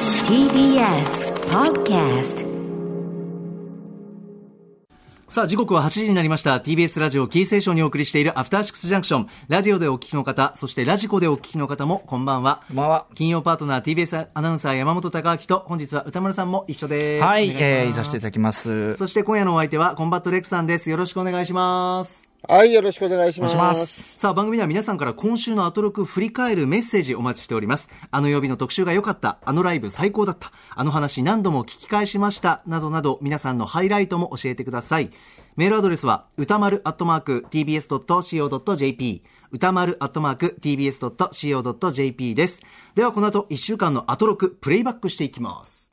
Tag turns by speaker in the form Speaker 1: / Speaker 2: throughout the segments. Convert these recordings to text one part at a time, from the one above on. Speaker 1: TBS Podcast
Speaker 2: さあ、時刻は8時になりました。TBS ラジオキーセーションにお送りしているアフターシックスジャンクション。ラジオでお聞きの方、そしてラジコでお聞きの方も、こんばんは。
Speaker 3: こんばんは
Speaker 2: 金曜パートナー TBS アナウンサー山本隆明と、本日は歌丸さんも一緒です。
Speaker 3: はい、
Speaker 2: お願
Speaker 3: えー、
Speaker 2: い
Speaker 3: い
Speaker 2: しま
Speaker 3: さ
Speaker 2: す
Speaker 3: せていただきます。
Speaker 2: そして今夜のお相手は、コンバットレックさんです。よろしくお願いします。
Speaker 4: はい、よろしくお願いし
Speaker 3: お願
Speaker 4: ま
Speaker 3: い
Speaker 4: す。
Speaker 3: します。
Speaker 2: さあ、番組では皆さんから今週のアトロク振り返るメッセージお待ちしております。あの曜日の特集が良かった、あのライブ最高だった、あの話何度も聞き返しました、などなど皆さんのハイライトも教えてください。メールアドレスは、歌丸アットマーク tbs.co.jp、歌丸アットマーク tbs.co.jp です。ではこの後1週間のアトロクプレイバックしていきます。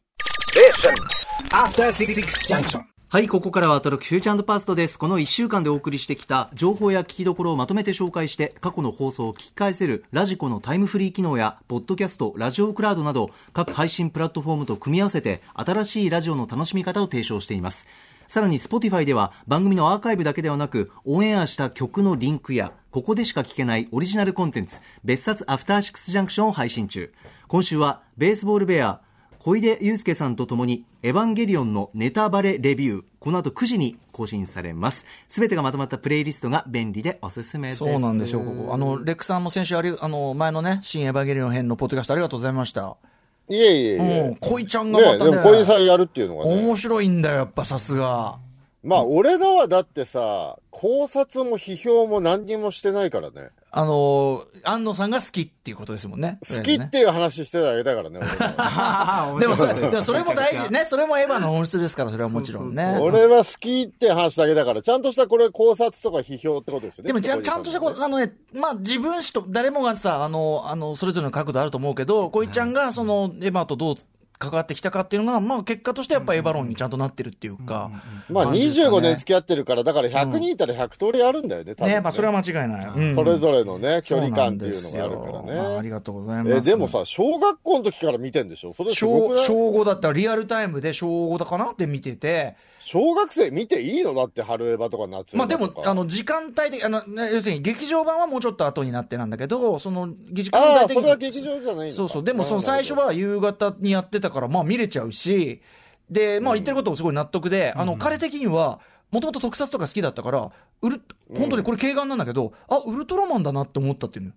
Speaker 2: はい、ここからはアトロックフューチャーパーストです。この1週間でお送りしてきた情報や聞きどころをまとめて紹介して、過去の放送を聞き返せるラジコのタイムフリー機能や、ポッドキャスト、ラジオクラウドなど、各配信プラットフォームと組み合わせて、新しいラジオの楽しみ方を提唱しています。さらに Spotify では番組のアーカイブだけではなくオンエアした曲のリンクやここでしか聞けないオリジナルコンテンツ別冊アフターシックスジャンクションを配信中今週はベースボールベア小出祐介さんとともに「エヴァンゲリオン」のネタバレレビューこの後9時に更新されます全てがまとまったプレイリストが便利でおすすめです
Speaker 3: そうなんですよ、ここ。あの、レックさんも先週あり、あの、前のね、新エヴァンゲリオン編のポッドキャストありがとうございました。
Speaker 4: いえいえいえ。
Speaker 3: うん、
Speaker 4: ね
Speaker 3: 恋ちゃんがま
Speaker 4: え、
Speaker 3: た
Speaker 4: でも
Speaker 3: ね、
Speaker 4: こういうさんやるっていうのがね。
Speaker 3: 面白いんだよ、やっぱさすが。
Speaker 4: まあ、俺らはだってさ、考察も批評も何にもしてないからね。
Speaker 3: あの、安野さんが好きっていうことですもんね。
Speaker 4: 好きっていう話してただけだからね、俺 は
Speaker 3: でもそれ、でもそれも大事ね。それもエヴァの本質ですから、それはもちろんね。
Speaker 4: 俺は好きって話だけだから、ちゃんとしたこれ考察とか批評ってことですよね。
Speaker 3: でもちゃ
Speaker 4: 小
Speaker 3: ん、
Speaker 4: 出
Speaker 3: ち
Speaker 4: さ
Speaker 3: ゃ
Speaker 4: の
Speaker 3: んとしたこと、あのね、まあ、自分史と、誰もがさ、あの、あの、それぞれの角度あると思うけど、こいちゃんが、その、エヴァとどう関わってきたかっていうのが、まあ、結果としてやっぱエヴァ論にちゃんとなってるっていうか。
Speaker 4: まあ、
Speaker 3: 感じですかね
Speaker 4: 25年付き合ってるから、だから100人いたら100通りあるんだよね、多分、
Speaker 3: ね、
Speaker 4: ね。
Speaker 3: まあ、それは間違いない。うん
Speaker 4: それぞれのね、
Speaker 3: そ
Speaker 4: 距
Speaker 3: う
Speaker 4: 離
Speaker 3: な
Speaker 4: 感
Speaker 3: ん
Speaker 4: っ
Speaker 3: で
Speaker 4: ていう
Speaker 3: す
Speaker 4: のがあ
Speaker 3: よ
Speaker 4: るから
Speaker 3: まああり
Speaker 4: ね。
Speaker 3: がとうございます。
Speaker 4: え、でも、さ、小学校の時から見てんでしょそれすごく
Speaker 3: 小、
Speaker 4: ない
Speaker 3: 小5だったらリアルタイムで小5だかなって見てて、
Speaker 4: 小学生見ていいのだって、春エヴァとか夏エ
Speaker 3: ま
Speaker 4: ヴ
Speaker 3: あ
Speaker 4: ァ
Speaker 3: で
Speaker 4: とか。
Speaker 3: も、あの、時間帯的、あの、ね要するに劇場版はもうちょっと後になってなんだけど、その、時間
Speaker 4: あ
Speaker 3: 帯
Speaker 4: あ、
Speaker 3: 的
Speaker 4: そ
Speaker 3: に
Speaker 4: れは劇場じゃないのか
Speaker 3: そうそう。でもその最初、は夕方にやってたから、まあ見れちゃうし、で、まあ言ってることもすごい納得で、あの、彼的には、もともと特撮とか好きだったから、ウル、本当にこれ軽眼なんだけど、あ、ウルトラマンだなって思ったっていうのよ。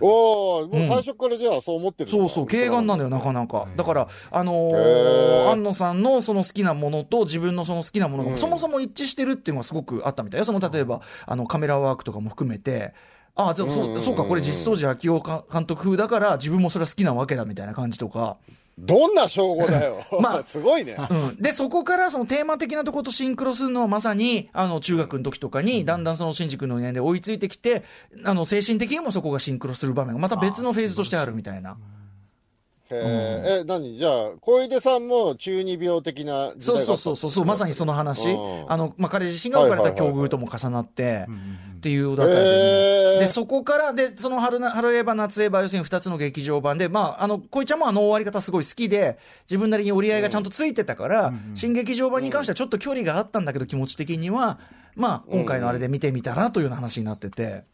Speaker 4: おお、もう最初からじゃあそう思ってるんだ
Speaker 3: そうそう、軽眼なんだよ、なかなか。だから、あの
Speaker 4: へ
Speaker 3: ー、
Speaker 4: ー
Speaker 3: 安野さんのその好きなものと自分のその好きなものが、そもそも一致してるっていうのがすごくあったみたいよ。その、例えば、あの、カメラワークとかも含めて、ああ、でも
Speaker 4: うんうん
Speaker 3: そうう、
Speaker 4: ん
Speaker 3: そうか、これ実相寺昭夫か監督風だから、自分もそれは好きなわけだみたいな感じとか。
Speaker 4: どんな称号だよ。
Speaker 3: ま
Speaker 4: ま
Speaker 3: あ
Speaker 4: あ、すごいね。
Speaker 3: うん、で、そこからそのテーマ的なところとシンクロするのはまさに、あの、中学の時とかに、だんだんその、新宿の年齢で追いついてきて、あの、精神的にもそこがシンクロする場面が、また別のフェーズとしてあるみたいな。
Speaker 4: へーえ、何じゃあ、小出さんも中二病的な時代
Speaker 3: そう
Speaker 4: があった
Speaker 3: そうそうそうそう、まさにその話
Speaker 4: うん。
Speaker 3: あの、まあ、彼自身が置かれた境遇とも重なって、っていうおだったり
Speaker 4: へ
Speaker 3: で、
Speaker 4: ー
Speaker 3: で、そこから、で、その春な、春エヴァ、夏エヴァ、要するに2つの劇場版で、まあ、あの、恋ちゃんもあの終わり方すごい好きで、自分なりに折り合いがちゃんとついてたから、新劇場版に関してはちょっと距離があったんだけど、気持ち的には、まあ、今回のあれで見てみたらというような話になってて、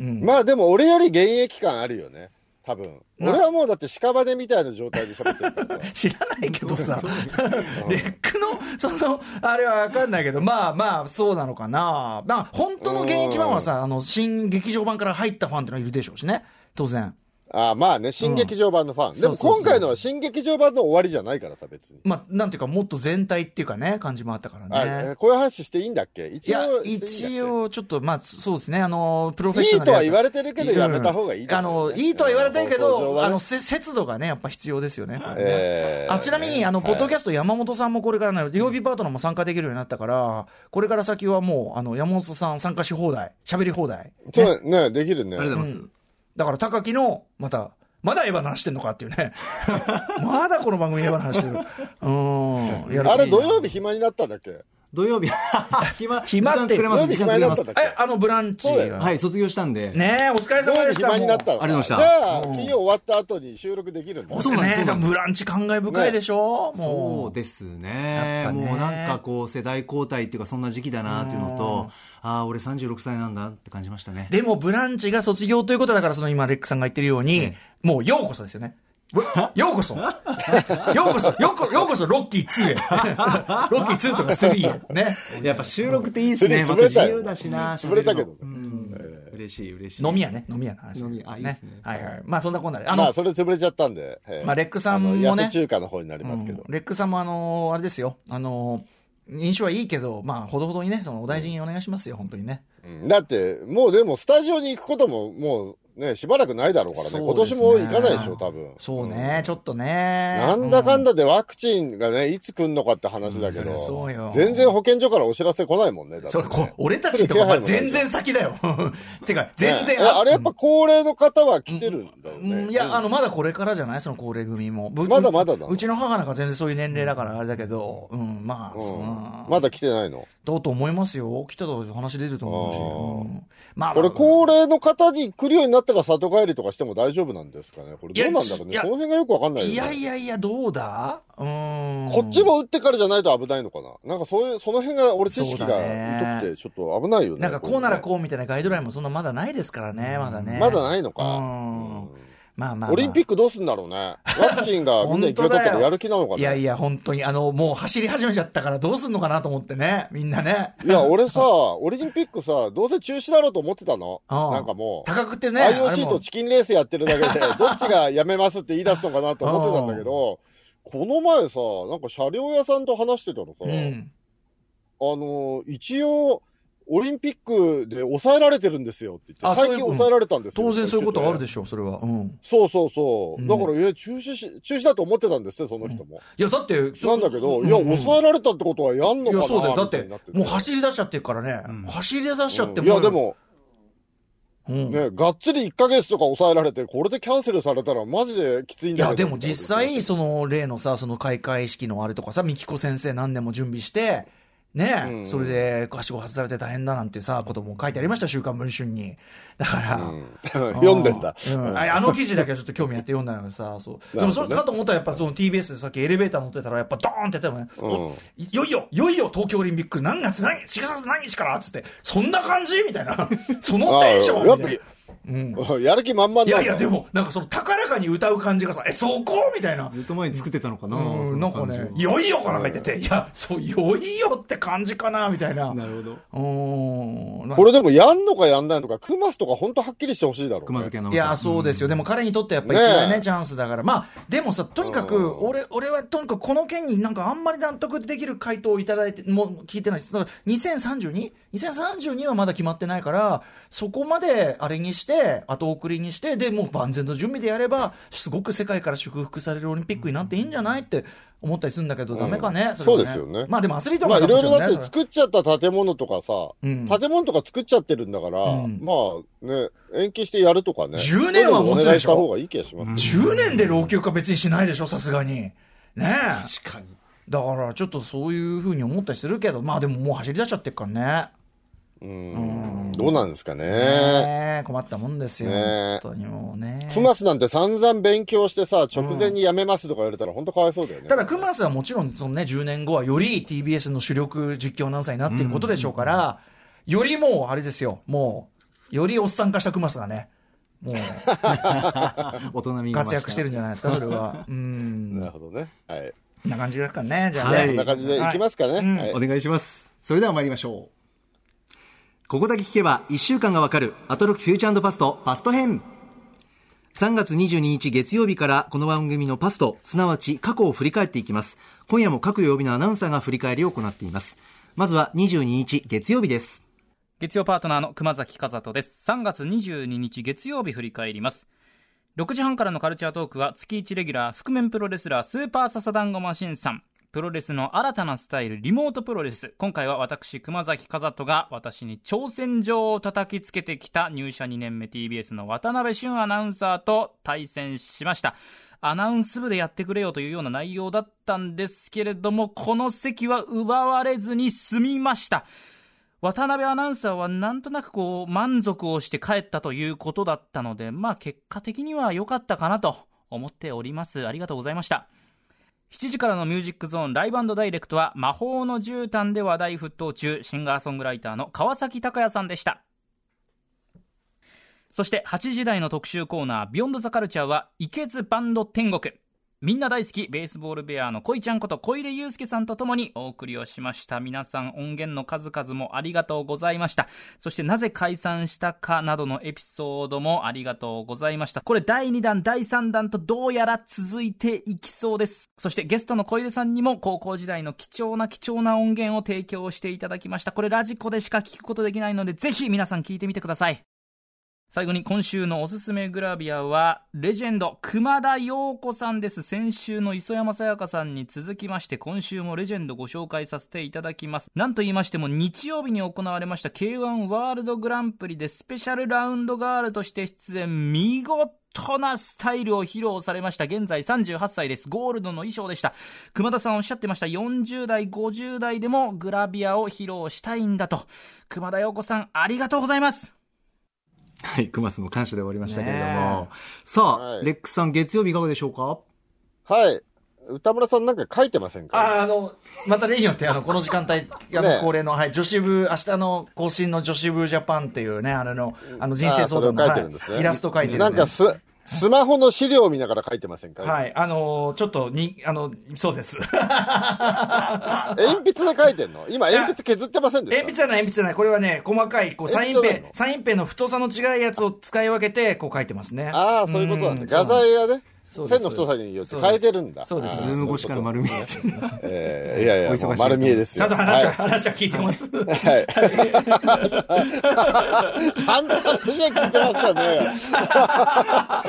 Speaker 3: うん。
Speaker 4: まあでも俺より現役感あるよね。多分。
Speaker 3: な。
Speaker 4: 俺はもうだって屍みたいな状態で喋ってるからさ
Speaker 3: 知らないけどさ、 レックの、その、あれは分かんないけど、まあまあ、そうなのかな。まあ、本当の現役版はさ、あの、新劇場版から入ったファンってのはいるでしょうしね、当然。
Speaker 4: ああ、まあね、新劇場版のファン。
Speaker 3: ん
Speaker 4: でも
Speaker 3: そうそうそう
Speaker 4: 今回のは新劇場版の終わりじゃないからさ、別に。
Speaker 3: まあ、なんていうか、もっと全体っていうかね、感じもあったから
Speaker 4: あれ
Speaker 3: ね。
Speaker 4: こういう話していいんだっけ
Speaker 3: い
Speaker 4: 一
Speaker 3: や
Speaker 4: 応、。していいん
Speaker 3: 一
Speaker 4: だっけ
Speaker 3: 応、ちょっと、まあ、そうですね、あの、プロフェッ
Speaker 4: い
Speaker 3: ショ
Speaker 4: い
Speaker 3: ナ
Speaker 4: と
Speaker 3: ル
Speaker 4: は言わ
Speaker 3: れ
Speaker 4: れてるけど、やめた方がいいですよ
Speaker 3: あ
Speaker 4: ね
Speaker 3: の、いいとは言われてるけ
Speaker 4: うん放送上
Speaker 3: ど、
Speaker 4: は
Speaker 3: あ
Speaker 4: ね
Speaker 3: の、せ節度がね、やっぱ必要ですよね。これね
Speaker 4: えー
Speaker 3: あちなみに、あの、
Speaker 4: はい
Speaker 3: ポッドキャスト山本さんもこれからね、曜日パートナーも参加できるようになったから、これから先はもう、あの、山本さん参加し放題、喋り放題。
Speaker 4: そうね、できるね
Speaker 2: あ。りがとうございます、
Speaker 3: だから、高木の、また、まだエヴァの話してんのかっていう ね。まだこの番組エヴァの話してる。うん。やる気
Speaker 4: あれ、土曜日暇になったんだっけ
Speaker 2: 土曜日 暇
Speaker 3: 暇って
Speaker 2: 時間作れま
Speaker 4: 土
Speaker 2: す
Speaker 4: 曜日
Speaker 2: 時間作
Speaker 4: 暇
Speaker 2: れ
Speaker 4: にな
Speaker 2: ま
Speaker 4: った
Speaker 2: す
Speaker 4: んだっけ
Speaker 3: え、あの、ブランチ
Speaker 4: そうだよ
Speaker 3: が。
Speaker 2: はい卒業したんで
Speaker 3: ねえ、お疲れ
Speaker 4: 土
Speaker 3: 様
Speaker 4: 曜
Speaker 3: で
Speaker 4: 日
Speaker 3: した。
Speaker 4: 暇になった
Speaker 3: もう
Speaker 4: の
Speaker 2: ありがとうございました
Speaker 4: じゃあ、金曜終わった後に収録できるんだ
Speaker 3: お
Speaker 2: そうなんですそ
Speaker 3: ね
Speaker 2: うなんです
Speaker 3: ブランチ感慨深いでしょも
Speaker 2: そうう。ですね
Speaker 3: やっぱね
Speaker 2: もうなんかこう世代交代っていうかそんな時期だなっていうのとああ俺36歳なんだって感じましたね
Speaker 3: でも、ブランチが卒業ということだから、その今、レックさんが言ってるように、もう、ようこそですよね。ようこそようこそよこようこそロッキー2へ ロッキー2とか3へね
Speaker 2: やっぱ収録っていいです ね。
Speaker 4: そ
Speaker 2: ま
Speaker 4: れ
Speaker 2: た
Speaker 4: 潰
Speaker 2: 自
Speaker 4: れたよ
Speaker 2: 由だしな。
Speaker 4: 潰れたけど
Speaker 2: 喋るのうん嬉しい、嬉しい。
Speaker 3: 飲み屋ね飲み屋の話
Speaker 2: 飲み屋あいいですね
Speaker 3: はいはいまあそんなこんなであの、
Speaker 4: まあ、それ潰れちゃったんで。ええ
Speaker 3: まあレックさんもね
Speaker 4: あの痩せ中華の方になりますけど
Speaker 3: うん。レックさんもあのーあれですよあのー印象はいいけど、まあ、ほどほどにね、そのお大事にお願いしますよ、本当にね。
Speaker 4: うんだって、もうでも、スタジオに行くことも、もうね、しばらくないだろうからね。
Speaker 3: そう
Speaker 4: 今
Speaker 3: です
Speaker 4: 年
Speaker 3: ね
Speaker 4: も行かないでしょ、多分。
Speaker 3: そう
Speaker 4: うん
Speaker 3: ね、ちょっとね。
Speaker 4: なんだかん
Speaker 3: だ、
Speaker 4: だでワクチンがね、いつ来んのかって話だけ
Speaker 3: うんそり
Speaker 4: ど
Speaker 3: ゃそうよ、
Speaker 4: 全然保健所からお知らせ来ないもんね、だって
Speaker 3: それ、こ俺たち
Speaker 4: 来
Speaker 3: の
Speaker 4: る
Speaker 3: と
Speaker 4: 気
Speaker 3: こ、
Speaker 4: 配も
Speaker 3: ま
Speaker 4: な
Speaker 3: あ
Speaker 4: い
Speaker 3: 全然先だよ。 てか、全然、
Speaker 4: ねえあれやっぱ高齢の方は来てるんだよ
Speaker 3: うん
Speaker 4: ね。
Speaker 3: いや、あの、まだこれからじゃないその高齢組も。ぶ
Speaker 4: まだまだだ
Speaker 3: うちの母なんか全然そういう年齢だからあれだけど、うん、まあ、
Speaker 4: う
Speaker 3: そうん
Speaker 4: まだ来てないの。
Speaker 3: どうと思いますよ。来たら話出ると思うし。うんまあ、
Speaker 4: これ、
Speaker 3: う、
Speaker 4: 高齢の方に来るようになったら里帰りとかしても大丈夫なんですかねこれ
Speaker 3: いや
Speaker 4: どうなんだろ
Speaker 3: い
Speaker 4: うね
Speaker 3: や
Speaker 4: この辺がよくわかんないよね
Speaker 3: いやいやいや、どうだうん。
Speaker 4: こっちも打ってからじゃないと危ないのかななんかそういう、その辺が俺知識
Speaker 3: そ
Speaker 4: が
Speaker 3: うだね
Speaker 4: 疎くて、ちょっと危ないよね。
Speaker 3: なんかこうなら
Speaker 4: う
Speaker 3: こうみたいなガイドラインもそんなまだないですからね、まだね。
Speaker 4: ね。まだないのか。
Speaker 3: うん
Speaker 4: うん
Speaker 3: まあまあまあ。
Speaker 4: オリンピックどうすんだろうね。ワクチ ンがみんな行き渡ったらやる気なのか
Speaker 3: い
Speaker 4: ね。
Speaker 3: やいや、本当に、あの、もう走り始めちゃったからどうすんのかなと思ってね、みんなね。
Speaker 4: いや、俺さ、オリンピックさ、どうせ中止だろうと思ってたの。
Speaker 3: ああ
Speaker 4: なんかもう、
Speaker 3: 高くてね。あれ
Speaker 4: IOC
Speaker 3: も
Speaker 4: とチキンレースやってるだ けで、どっちがやめますって言い出すのかなと思ってたんだけど、この前さ、なんか車両屋さんと話してたのさ、
Speaker 3: うん。
Speaker 4: あの、一応、オリンピックで抑えられてるんですよって言
Speaker 3: あ
Speaker 4: って、
Speaker 3: そういう
Speaker 4: 最近抑えられたんですよ。
Speaker 3: 当然そういうことはあるで
Speaker 4: しょ。
Speaker 3: しょう、それは。うん。
Speaker 4: そうそうそうう。
Speaker 3: ん
Speaker 4: だから、いや、中止し、中止だと思ってたんですよ、その人も。
Speaker 3: いや、だって、そ
Speaker 4: なんだけど、
Speaker 3: うん
Speaker 4: いや、
Speaker 3: うん
Speaker 4: 抑えられたってことはやん
Speaker 3: い
Speaker 4: のかな
Speaker 3: や、そうだよ。だっ
Speaker 4: みたい
Speaker 3: て
Speaker 4: になて、て
Speaker 3: もう走り出しちゃってるからね。
Speaker 2: うん
Speaker 3: 走り出しちゃって
Speaker 4: うんいや、で、も、
Speaker 3: うん
Speaker 4: ね、がっつり1ヶ月とか抑えられて、これでキャンセルされたらマジできついん
Speaker 3: い
Speaker 4: だ
Speaker 3: や、
Speaker 4: けど
Speaker 3: でも実際、その例のさ、その開会式のあれとかさ、みきこ先生何年も準備して、ね、
Speaker 4: うん
Speaker 3: それで、はしご外されて大変だなんてさ、ことも書いてありました、週刊文春に。だから、
Speaker 4: うん、 読んでんだ。
Speaker 3: う
Speaker 4: うん
Speaker 3: ああの記事だけはちょっと興味あって読んだのよさ、そう。でもそれ
Speaker 4: なる
Speaker 3: か
Speaker 4: ほどね
Speaker 3: と思ったらやっぱその TBS でさっきエレベーター乗ってたらやっぱドーンってやったのね、
Speaker 4: うん
Speaker 3: おいよいよ、いよいよ東京オリンピック何月何、4月何日からっつって、そんな感じみたい な。そのテンションみた
Speaker 4: やっ
Speaker 3: い
Speaker 4: ぱ
Speaker 3: な
Speaker 4: り、
Speaker 3: うん。
Speaker 4: やる気満々なん
Speaker 3: い
Speaker 4: だ
Speaker 3: やいや、でも、なんかその高らかに歌う感じがさ、え、そこみたいな。
Speaker 2: ずっと前に作ってたのかな
Speaker 3: う
Speaker 2: そ
Speaker 3: ん、
Speaker 2: の
Speaker 3: なんか
Speaker 2: 感じ
Speaker 3: ね、
Speaker 2: は
Speaker 3: よいよかなんか言ってて、いや、そう、よいよって感じかな、みたいな。
Speaker 2: なるほど。
Speaker 3: うーん。まあ
Speaker 4: これでもやんのかやんないのか、クマスとか本当はっきりしてほしいだろう、
Speaker 2: 熊
Speaker 4: ね
Speaker 2: 漬。けの。
Speaker 3: いや、そうですよ。でも彼にとってやっぱ一大ね、チャンスだから。まあ、でもさ、とにか
Speaker 4: う
Speaker 3: く、
Speaker 4: ん
Speaker 3: 俺、俺はとにかくこの件になんかあんまり納得できる回答をいただいて、もう聞いてないです。だから 2032?2032 はまだ決まってないから、そこまであれにして、後送りにして、で、もう万全の準備でやれば、すごく世界から祝福されるオリンピックになっていいんじゃないって思ったりするんだけど、ダメかね、
Speaker 4: うん
Speaker 3: れは
Speaker 4: そうですよね
Speaker 3: まあでもアスリート
Speaker 4: まあ
Speaker 3: が
Speaker 4: いろいろだって
Speaker 3: ね
Speaker 4: 作っちゃった建物とかさ、
Speaker 3: うん
Speaker 4: 建物とか作っちゃってるんだから、
Speaker 3: うん
Speaker 4: まあね、延期してやるとかね。
Speaker 3: 10年は持つ
Speaker 4: そういうのお願
Speaker 3: で
Speaker 4: い
Speaker 3: し
Speaker 4: し
Speaker 3: ょ
Speaker 4: た方がいい気がしますよ。
Speaker 3: 10年で老朽化別にしないでしょ、さすがに。ねえ。
Speaker 2: 確かに。
Speaker 3: だからちょっとそういうふうに思ったりするけどまあでももう走り出しちゃってるからね
Speaker 4: うんどうなんですかね。
Speaker 3: ねえ困ったもんですよ、
Speaker 4: ねえ
Speaker 3: 本当にもうね
Speaker 4: クマスなんて散々勉強してさ、直前に辞めますとか言われたら本当かわいそうだよね。
Speaker 3: ただ、クマスはもちろん、そのね、10年後はより TBS の主力実況アナウンサーになっていることでしょうから、よりもう、あれですよ、もう、よりおっさん化したクマスがね、もう、
Speaker 2: 大人見えま
Speaker 3: 活躍してるんじゃないですか、それは。う。
Speaker 4: なんるほどね。はい。
Speaker 3: こんな感じですかね、じゃあ
Speaker 2: は
Speaker 3: ね。
Speaker 2: い
Speaker 4: こんな感じでいきますかね。
Speaker 3: はいうん
Speaker 4: はい
Speaker 2: お願いします。それでは参りましょう。ここだけ聞けば1週間がわかるアトロックフューチャーパストパスト編。3月22日月曜日からこの番組のパスト、すなわち過去を振り返っていきます。今夜も各曜日のアナウンサーが振り返りを行っています。まずは22日月曜日です。
Speaker 5: 月曜パートナーの熊崎和人です3月22日月曜日振り返ります6時半からのカルチャートークは月1レギュラー覆面プロレスラースーパーササダンゴマシンさんプロレスの新たなスタイルリモートプロレス今回は私熊崎和人が私に挑戦状を叩きつけてきた入社2年目 TBS の渡辺俊アナウンサーと対戦しましたアナウンス部でやってくれよというような内容だったんですけれどもこの席は奪われずに済みました渡辺アナウンサーはなんとなくこう満足をして帰ったということだったので、まあ結果的には良かったかなと思っております。ありがとうございました。7時からのミュージックゾーンライブダイレクトは魔法の絨毯で話題沸騰中、シンガーソングライターの川崎隆也さんでした。そして8時台の特集コーナー「ビヨンドザカルチャーは「イケズバンド天国」みんな大好きベースボールベアの恋ちゃんこと小出祐介さんと共にお送りをしました皆さん音源の数々もありがとうございましたそしてなぜ解散したかなどのエピソードもありがとうございましたこれ第2弾第3弾とどうやら続いていきそうですそしてゲストの小出さんにも高校時代の貴重な貴重な音源を提供していただきましたこれラジコでしか聞くことできないのでぜひ皆さん聞いてみてください最後に今週のおすすめグラビアはレジェンド熊田陽子さんです先週の磯山さやかさんに続きまして今週もレジェンドご紹介させていただきますなんと言いましても日曜日に行われました K1 ワールドグランプリでスペシャルラウンドガールとして出演見事となスタイルを披露されました。現在38歳です。ゴールドの衣装でした。熊田さんおっしゃってました。40代、50代でもグラビアを披露したいんだと。熊田陽子さん、ありがとうございます。
Speaker 2: はい、クマスの感謝で終わりましたけれど
Speaker 3: ね
Speaker 2: も。さあ、
Speaker 4: はい
Speaker 2: レックさん、月曜日いかがでしょうか
Speaker 4: はい。歌村さんなんか書いてませんか
Speaker 3: ああの、また例によって、あの、この時間帯、あ
Speaker 4: ね
Speaker 3: の、恒例の、はい、女子部、明日の更新の女子部ジャパンっていうね、あれの、あの、人生相談の、
Speaker 4: あーそれを書い
Speaker 3: は
Speaker 4: てるんですね
Speaker 3: い、イラスト書いてる、ね。
Speaker 4: なんかす、スマホの資料を見ながら書いてませんか、
Speaker 3: はい、あのーちょっとに、あの、そうです。
Speaker 4: 鉛筆で書いてんの今、鉛筆削ってませんでし
Speaker 3: 鉛
Speaker 4: た
Speaker 3: 筆じゃない、鉛筆じゃない。これはね、細かい、こう、サイン
Speaker 4: 鉛筆じ
Speaker 3: ペ
Speaker 4: ゃない
Speaker 3: ン、
Speaker 4: の
Speaker 3: サインペンの太さの違いやつを使い分けて、こう書いてますね。
Speaker 4: ああ、そういうことなんだ。画材がね、
Speaker 3: そうで
Speaker 4: 線
Speaker 3: す
Speaker 4: の太さによって変えてるんだ。
Speaker 3: そうです
Speaker 4: あ
Speaker 2: ズ
Speaker 4: ー
Speaker 2: ーム越しから丸見え。
Speaker 4: えーいやい
Speaker 2: お
Speaker 4: や、
Speaker 2: 忙しい
Speaker 4: もう丸見えです
Speaker 3: ち
Speaker 4: よ。
Speaker 3: ゃんと話は、
Speaker 4: は
Speaker 3: 話は聞いてます。
Speaker 4: いちゃんと話は聞いてま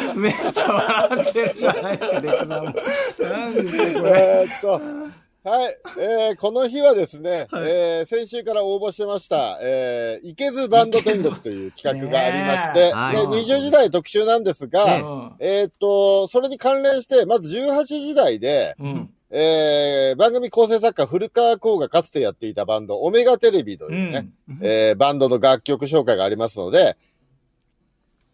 Speaker 4: したね。
Speaker 2: めっちゃ笑ってるじゃないですか、レックさんも。
Speaker 4: えーっと、はい、えーこの日はですね、えー先週から応募してました、えー、いけずバンド天国という企画がありまして、
Speaker 2: ねえはい
Speaker 4: で20時台特集なんですが、
Speaker 3: ね
Speaker 4: えーっと、それに関連して、まず18時台で、
Speaker 3: うん。
Speaker 4: えー番組構成作家古川光がかつてやっていたバンド、オメガテレビというね、えーバンドの楽曲紹介がありますので、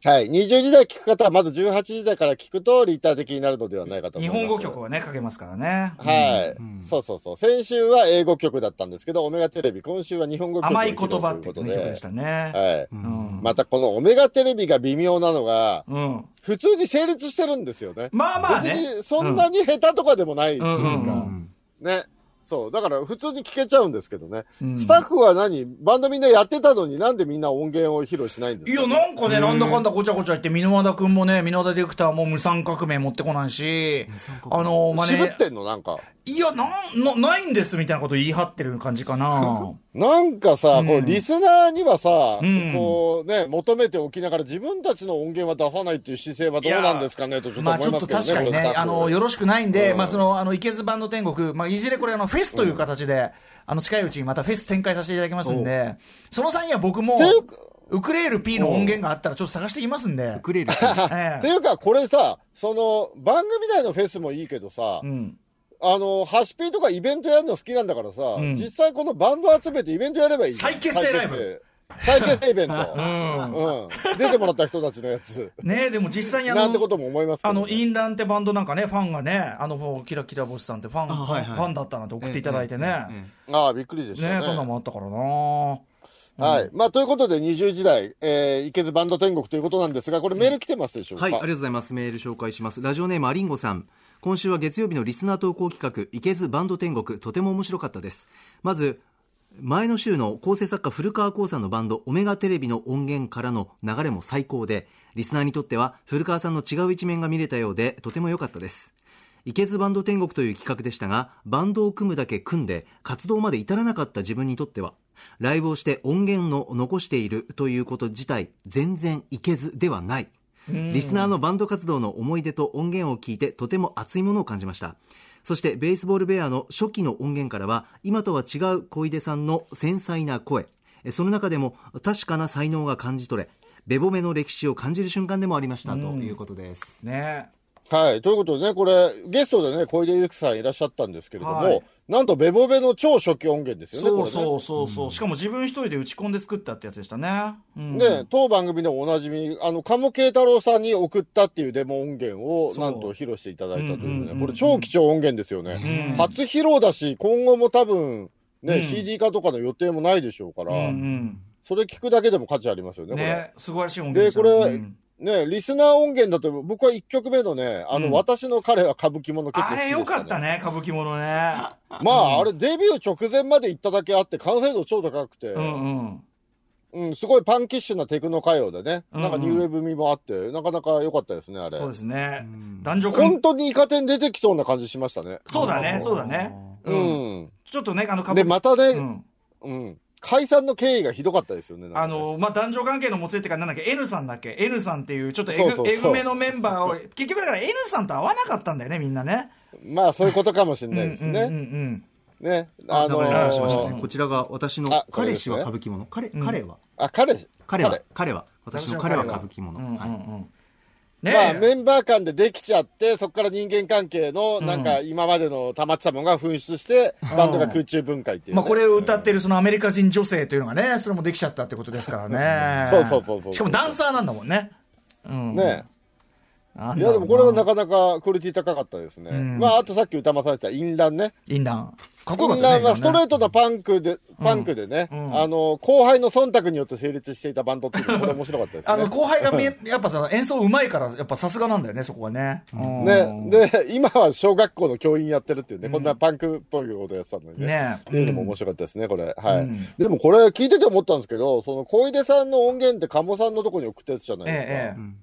Speaker 4: はい。20時代聞く方は、まず18時代から聞くと、リーター的になるのではないかと
Speaker 3: 日
Speaker 4: 思います。
Speaker 3: 本語曲はね、書けますからね。
Speaker 4: はい、そうそうそう。先週は英語曲だったんですけど、オメガテレビ、今週は日本語曲を
Speaker 3: 甘い
Speaker 4: 披露
Speaker 3: 言葉ってい
Speaker 4: とい
Speaker 3: う
Speaker 4: うこと
Speaker 3: ね曲でしたね。
Speaker 4: はい。
Speaker 3: うん。
Speaker 4: またこのオメガテレビが微妙なのが、
Speaker 3: うん。
Speaker 4: 普通に成立してるんですよね。
Speaker 3: まあまあね。
Speaker 4: 別にそんなに下手とかでもない。
Speaker 3: うんうんうん。
Speaker 4: ね。そう。だから普通に聞けちゃうんですけどね。
Speaker 3: ん
Speaker 4: スタッフは何バンドみんなやってたのになんでみんな音源を披露しないんで
Speaker 3: い
Speaker 4: すか
Speaker 3: や、なんかね、なんだかんだごちゃごちゃ言って、箕輪田くんもね、箕輪田ディレクターも無産革命持ってこないし、あの、ま
Speaker 4: 渋っ
Speaker 3: ね、
Speaker 4: てんのなんか。
Speaker 3: いや、なん、な、ないんですみたいなこと言い張ってる感じか な。
Speaker 4: なんかさ、こうリスナーにはさ、
Speaker 3: うん
Speaker 4: こうね、求めておきながら自分たちの音源は出さないっていう姿勢はどうなんですかねとちょっと
Speaker 3: まあ
Speaker 4: 思
Speaker 3: ち
Speaker 4: い
Speaker 3: ょ
Speaker 4: ま
Speaker 3: っと
Speaker 4: すけど
Speaker 3: 確かに
Speaker 4: ね。これス
Speaker 3: ね、
Speaker 4: タッ
Speaker 3: あ
Speaker 4: フ
Speaker 3: の、よろしくないんで、
Speaker 4: うん
Speaker 3: まあその、あの、いけずバンド天国、まあいずれこれあの、フェスという形で、あの、近いうちにまたフェス展開させていただきますんで、その際には僕も
Speaker 4: ていうか、
Speaker 3: ウクレール P の音源があったらちょっと探してきますんで、
Speaker 2: くれる。
Speaker 3: え
Speaker 4: って
Speaker 3: え
Speaker 4: いうか、これさ、その、番組内のフェスもいいけどさ、
Speaker 3: うん。
Speaker 4: あの、ハシピーとかイベントやるの好きなんだからさ、
Speaker 3: ん
Speaker 4: 実際このバンド集めてイベントやればいいじゃん。
Speaker 3: 再結成ライブ
Speaker 4: 再結成。再結成イベ ント。うん。出てもらった人たちのやつ。
Speaker 3: ねえ、でも実際にあ
Speaker 4: なんてこ
Speaker 3: の、
Speaker 4: とも思いますけ
Speaker 3: あ
Speaker 4: どね、
Speaker 3: の、インランってバンドなんかね、ファンがね、あの、キラキラ星さんってファン、
Speaker 2: あはいはい
Speaker 3: ファンだったなんて送っていただいて
Speaker 2: ええ
Speaker 3: ね、
Speaker 4: ああ、びっくりでしたね。
Speaker 3: ねえ、そんなのもあったからな
Speaker 4: はい。まあ、ということで、20時代、えー、いけずバンド天国ということなんですが、これメール来てますでしょうか、
Speaker 2: はい、ありがとうございます。メール紹介します。ラジオネームアリンゴさん。今週は月曜日のリスナー投稿企画、いけずバンド天国、とても面白かったです。まず、前の週の構成作家古川光さんのバンド、オメガテレビの音源からの流れも最高で、リスナーにとっては古川さんの違う一面が見れたようで、とても良かったです。いけずバンド天国という企画でしたが、バンドを組むだけ組んで、活動まで至らなかった自分にとっては、ライブをして音源を残しているということ自体、全然いけずではない。リスナーのバンド活動の思い出と音源を聞いて、とても熱いものを感じました。そして、ベースボールベアの初期の音源からは、今とは違う小出さんの繊細な声、えその中でも確かな才能が感じ取れ、ベボメの歴史を感じる瞬間でもありました、ということです。
Speaker 3: ね
Speaker 4: はい。ということでね、これ、ゲストでね、小出ゆきさんいらっしゃったんですけれども、
Speaker 3: はい
Speaker 4: なんとベボベの超初期音源ですよね、
Speaker 3: そ
Speaker 4: こ
Speaker 3: う
Speaker 4: れね。
Speaker 3: そうそうそう、しかも自分一人で打ち込んで作ったってやつでしたね。うん、
Speaker 4: ね、当番組でおなじみ、あの、鴨慶太郎さんに送ったっていうデモ音源を、
Speaker 3: そう
Speaker 4: なんと披露していただいたという
Speaker 3: うんうんう
Speaker 4: ね、
Speaker 3: んうん
Speaker 4: これ超貴重音源ですよね。初披露だし、今後も多分、ね、CD 化とかの予定もないでしょうから、
Speaker 3: うん
Speaker 4: それ聞くだけでも価値ありますよね、これ。
Speaker 3: ね、素晴らしい音源ですよ
Speaker 4: でこれ
Speaker 3: うん
Speaker 4: ねリスナー音源だと、僕は1曲目のね、あの、
Speaker 3: うん
Speaker 4: 私の彼は歌舞伎もの結構好
Speaker 3: あ
Speaker 4: きで
Speaker 3: れ
Speaker 4: した、ね。
Speaker 3: よかった。ね、歌舞伎ものね。
Speaker 4: まあ、あれデビュー直前まで行っただけあって、完成度超高くて、う、
Speaker 3: うんんうん。
Speaker 4: すごいパンキッシュなテクノ歌謡でね、
Speaker 3: うんうん
Speaker 4: なんかニューウェーブ味もあって、なかなか良かったですね、あれ。
Speaker 3: そうですね
Speaker 2: ん。
Speaker 3: 男女間
Speaker 4: 本、当にイカ天出てきそうな感じしましたね。
Speaker 3: そうだね、そうだね。
Speaker 4: う。ん。
Speaker 3: ちょっとね、あの、歌
Speaker 4: で、
Speaker 3: 舞伎
Speaker 4: またね、
Speaker 3: うん
Speaker 4: うん。解散の経緯がひどかったですよね。なんかね
Speaker 3: あ、のまあ、男女関係のもつれっていうか、なんだっけ、N さんだっけ、N さんっていう、ちょっとえぐ
Speaker 4: そうそうそう
Speaker 3: えぐめのメンバーを、結局だから N さんと会わなかったんだよね、みんなね。
Speaker 4: まあそういうことかもしれ
Speaker 3: うんう
Speaker 4: なんいですね。
Speaker 3: うんうん
Speaker 4: ね。
Speaker 2: あ
Speaker 4: あ
Speaker 2: の
Speaker 4: の
Speaker 3: ら
Speaker 2: しました
Speaker 4: ー
Speaker 2: ねこちらが私の
Speaker 4: あこれ
Speaker 2: 彼
Speaker 4: です
Speaker 2: 氏
Speaker 4: ね
Speaker 2: は歌舞伎者彼
Speaker 3: うん
Speaker 2: 彼は
Speaker 4: あ、彼、
Speaker 2: 彼は彼は私の彼は歌舞伎者
Speaker 3: うんうん
Speaker 2: はい
Speaker 3: うんねえ
Speaker 4: まあ、メンバー間でできちゃって、そこから人間関係の、なんか、今までの溜まってたものが噴出して、バンドが空中分解っていうね、
Speaker 3: まあ、これを歌ってるそのアメリカ人女性というのがね、それもできちゃったってことですからね。
Speaker 4: そうそうそうそう
Speaker 3: しかもダンサーなんだもんね。うん。
Speaker 4: ね
Speaker 3: なん
Speaker 4: い
Speaker 3: だろうな
Speaker 4: や、でもこれはなかなかクオリティ高かったですね。
Speaker 3: ん
Speaker 4: まあ、あとさっき歌まされたインランね。
Speaker 3: インラン。かっこよ
Speaker 4: イ
Speaker 3: かっ
Speaker 4: ン
Speaker 3: たね。
Speaker 4: ランはストレー
Speaker 3: ト。
Speaker 4: トなパンクで、パンクでね、
Speaker 3: ん
Speaker 4: あの、後輩の忖度によって成立していたバンドっていうのはこれ面白かったです ね。
Speaker 3: あの、後輩がみ やっぱさ、演奏うまいから、やっぱさすがなんだよね、そこはね。うん
Speaker 4: ね、で、今は小学校の教員やってるっていうね、こんなパンクっぽいことやってたのにね。
Speaker 3: ね
Speaker 4: っていうのも面白かったですね、これ。はい。
Speaker 3: うん
Speaker 4: でもこれ聞いてて思ったんですけど、その小出さんの音源って鴨さんのとこに送ったやつじゃない
Speaker 3: ええ
Speaker 4: ですか。
Speaker 3: ええ。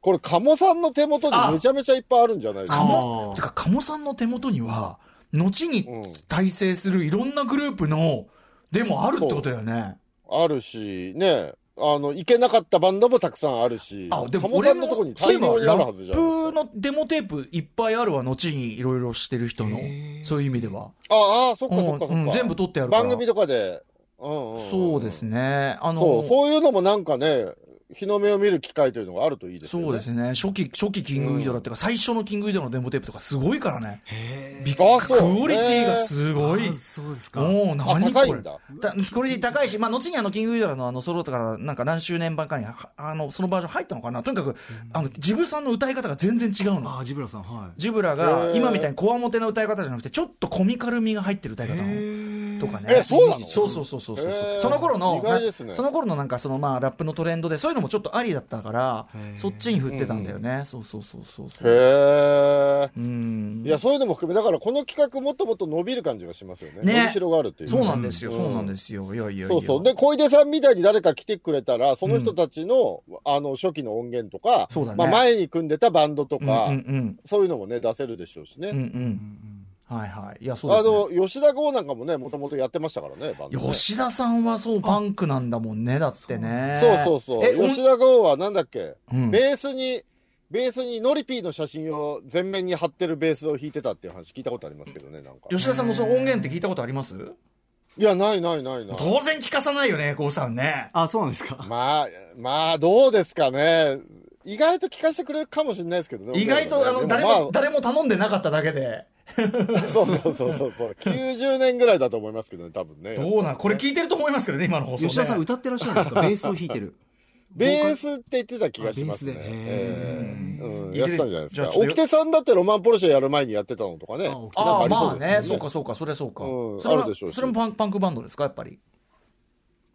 Speaker 4: これ鴨さんの手元
Speaker 3: あ
Speaker 4: にめちゃめちゃいっぱいあるんじゃないです
Speaker 3: カ
Speaker 4: か。
Speaker 3: モてか、カモさんの手元には、後に
Speaker 4: うん
Speaker 3: 体制するいろんなグループの、でもあるってことだよね。
Speaker 4: あるし、ね。あの、行けなかったバンドもたくさんあるし、
Speaker 3: あ、でも
Speaker 4: 鴨
Speaker 3: 俺
Speaker 4: さんのとこ
Speaker 3: も
Speaker 4: に、
Speaker 3: そうい
Speaker 4: 大
Speaker 3: えば、
Speaker 4: 量にある
Speaker 3: ラ
Speaker 4: はずじ
Speaker 3: ッ
Speaker 4: ゃない
Speaker 3: プ
Speaker 4: ですか。
Speaker 3: のデモテープいっぱいあるわ、後にいろいろしてる人の。そういう意味では。
Speaker 4: ああ、そっか
Speaker 3: う
Speaker 4: そっかそっか。
Speaker 3: んうん全部撮ってあるから。
Speaker 4: 番組とかで。うんうんん
Speaker 3: そうですね。あの、
Speaker 4: そう、そういうのもなんかね、日の目を見る機会というのがあるといいですよね。
Speaker 3: そうですね。初期、初期キングギドラっていうか、最初のキングギドラのデモテープとかすごいからね。びっく
Speaker 4: あそう
Speaker 3: クオリティがすごい。
Speaker 2: あそうですか
Speaker 3: もう何
Speaker 4: あ高い
Speaker 3: これ
Speaker 4: んだ
Speaker 3: だクオリティ高いし、まあ、後にあのキングギドラのあのソロとか、なんか何周年版かには、あの、そのバージョン入ったのかな。とにかく、あの、ジブさんの歌い方が全然違うの。
Speaker 2: あジブラさんはい
Speaker 3: ジブラ
Speaker 4: へ
Speaker 3: が、
Speaker 4: ー
Speaker 3: 今みたいにこわもてな歌い方じゃなくて、ちょっとコミカル味が入ってる歌い方なのとかね。
Speaker 4: えそうなの
Speaker 3: そうそうそうそうそう
Speaker 4: へー
Speaker 3: その頃の、
Speaker 4: 意外ですね
Speaker 3: なその頃のなんかそのまあラップのトレンドで、そういうのもちょっとありだったから、そっちに振ってたんだよね。そうそうそうそうそう。
Speaker 4: へえ。
Speaker 3: うん
Speaker 4: いや、そういうのも含め、だからこの企画もっともっと伸びる感じがしますよね。
Speaker 3: ね
Speaker 4: 伸びしろがあるっていう。
Speaker 3: そうなんですよ、
Speaker 4: うん
Speaker 3: そうなんですよ。いやいやいや。
Speaker 4: そうそう。で、小出さんみたいに誰か来てくれたら、その人たちの、あの、初期の音源とか、
Speaker 3: そうだね
Speaker 4: まあ、前に組んでたバンドと
Speaker 3: うんうん
Speaker 4: か、そういうのもね、出せるでしょうしね。
Speaker 3: うん。うんうん。はいはい。いや、そうで
Speaker 4: あ
Speaker 3: すね。
Speaker 4: の、吉田剛なんかもね、もともとやってましたからね、バンドね、
Speaker 3: 吉田さんはそう、パンクなんだもんね、だってね。
Speaker 4: そうそうそう。
Speaker 3: え、
Speaker 4: 吉田剛はなんだっけ、
Speaker 3: うん
Speaker 4: ベースに、ベースにノリピーの写真を前面に貼ってるベースを弾いてたっていう話聞いたことありますけどね、なんか。
Speaker 3: 吉田さんもその音源って聞いたことあります
Speaker 4: いや、ないないないない。
Speaker 3: 当然聞かさないよね、郷さんね。
Speaker 2: あそうなんですか
Speaker 4: まあ、まあ、どうですかね。意外と聞かせてくれるかもしれないですけどね。
Speaker 3: 意外と、あ
Speaker 4: で
Speaker 3: の、
Speaker 4: も
Speaker 3: 誰
Speaker 4: まあ
Speaker 3: も、誰も頼んでなかっただけで。
Speaker 4: そうそうそうそうそう。90年ぐらいだと思いますけどね、多分ね。
Speaker 3: どうなん、これ聞いてると思いますけどね、今の放送ね。
Speaker 2: 吉田さん歌ってらっしゃるん ですかベースを弾いてる
Speaker 4: ベースって言ってた気がしますね。
Speaker 2: あベースで
Speaker 4: ええうん。
Speaker 3: いず
Speaker 4: やっ
Speaker 3: れ
Speaker 4: てたんじゃないです
Speaker 3: じゃあちょっ。
Speaker 4: か
Speaker 3: とよ
Speaker 4: 沖手さんだってロマンポルシェやる前にやってたのとかね。
Speaker 2: あ沖手
Speaker 3: ああ、
Speaker 4: なんか
Speaker 3: まあ
Speaker 4: りで
Speaker 3: ね、
Speaker 4: す
Speaker 3: そ
Speaker 4: も
Speaker 3: うんかそうか、それはそうか。
Speaker 4: うん
Speaker 3: それは
Speaker 4: あるでしょうし
Speaker 3: それもパンパンクバンドですか、やっぱり。